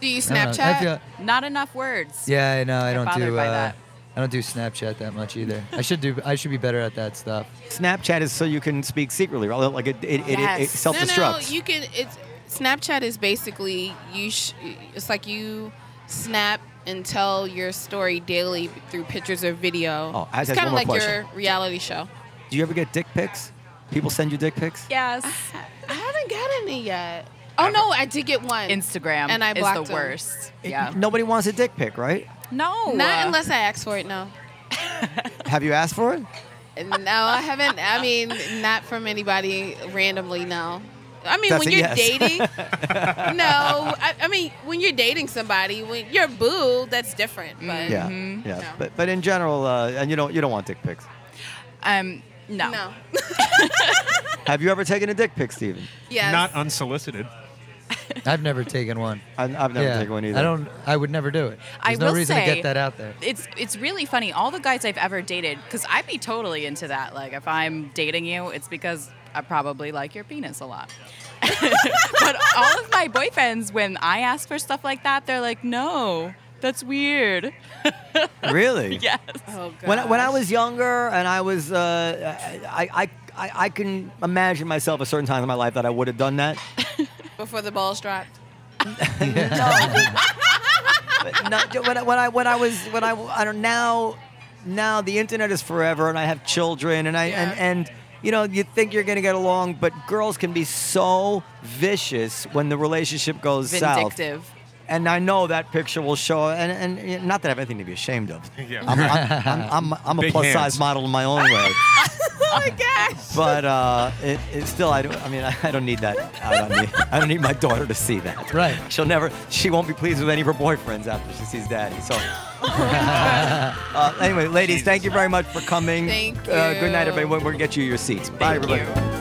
H: Do you
F: I don't
H: Snapchat?
F: know. I feel-
E: Not enough words.
F: yeah, I know. I
E: Get
F: don't
E: bothered
F: do.
E: by
F: Uh,
E: that.
F: I don't do Snapchat that much either. I should do. I should be better at that stuff.
A: Snapchat is so you can speak secretly, right? like it it, it, it,
E: Yes.
A: self
H: no,
A: destructs.
H: no. You can. It's Snapchat is basically you. Sh- it's like you snap and tell your story daily through pictures or video.
A: Oh, I
H: it's
A: just
H: kind
A: have one
H: of like
A: more
H: your reality show.
A: Do you ever get dick pics? People send you dick pics?
E: Yes.
H: I haven't haven't got any yet. Oh no, I did get one.
E: Instagram
H: And I
E: is
H: blocked
E: the
H: him.
E: worst. Yeah.
A: Nobody wants a dick pic, right?
E: No.
H: Not unless I ask for it. No.
A: Have you asked for it?
H: No, I haven't. I mean, not from anybody randomly. No. I mean,
A: That's
H: when
A: a
H: you're
A: yes.
H: dating, no. I, I mean, when you're dating somebody, when you're boo, that's different.
A: Yeah,
H: But
A: yeah.
H: Mm-hmm. No.
A: But but in general, uh, and you don't you don't want dick pics. Mm.
E: Um. No.
H: no.
A: Have you ever taken a dick pic, Steven?
H: yes.
I: Not unsolicited.
F: I've never taken one.
A: I, I've never
F: yeah.
A: taken one either.
F: I don't. I would never do it. There's
E: I
F: no
E: will
F: reason to
E: say-
F: get that out there.
E: It's it's really funny. All the guys I've ever dated, because I'd be totally into that. Like if I'm dating you, it's because I probably like your penis a lot. but all of my boyfriends, when I ask for stuff like that, they're like, "No, that's weird."
A: Really?
E: Yes.
H: oh, God.
A: When I, when I was younger and I was, uh, I, I, I, I can imagine myself a certain time in my life that I would have done that.
H: before the balls dropped.
A: But not, when, I, when I when I was when I I don't now now the internet is forever and I have children and I
H: Yeah.
A: and and you know you think you're gonna get along but girls can be so vicious when the relationship goes south
E: Vindictive.
A: and I know that picture will show and and not that I have anything to be ashamed of I'm, I'm, I'm, I'm, I'm a
I: Uh-huh. Big
A: plus size
I: hands.
A: model in my own way
H: Oh my gosh.
A: but uh, it, it still I don't I mean I, I don't need that I don't need, I don't need my daughter to see that
F: Right.
A: She'll never. She won't be pleased with any of her boyfriends after she sees Daddy. So. uh, anyway, ladies, thank you very much for coming.
H: Thank
A: Uh, good night,
H: you.
A: everybody. We're gonna get you your seats. Bye, everybody.
H: you.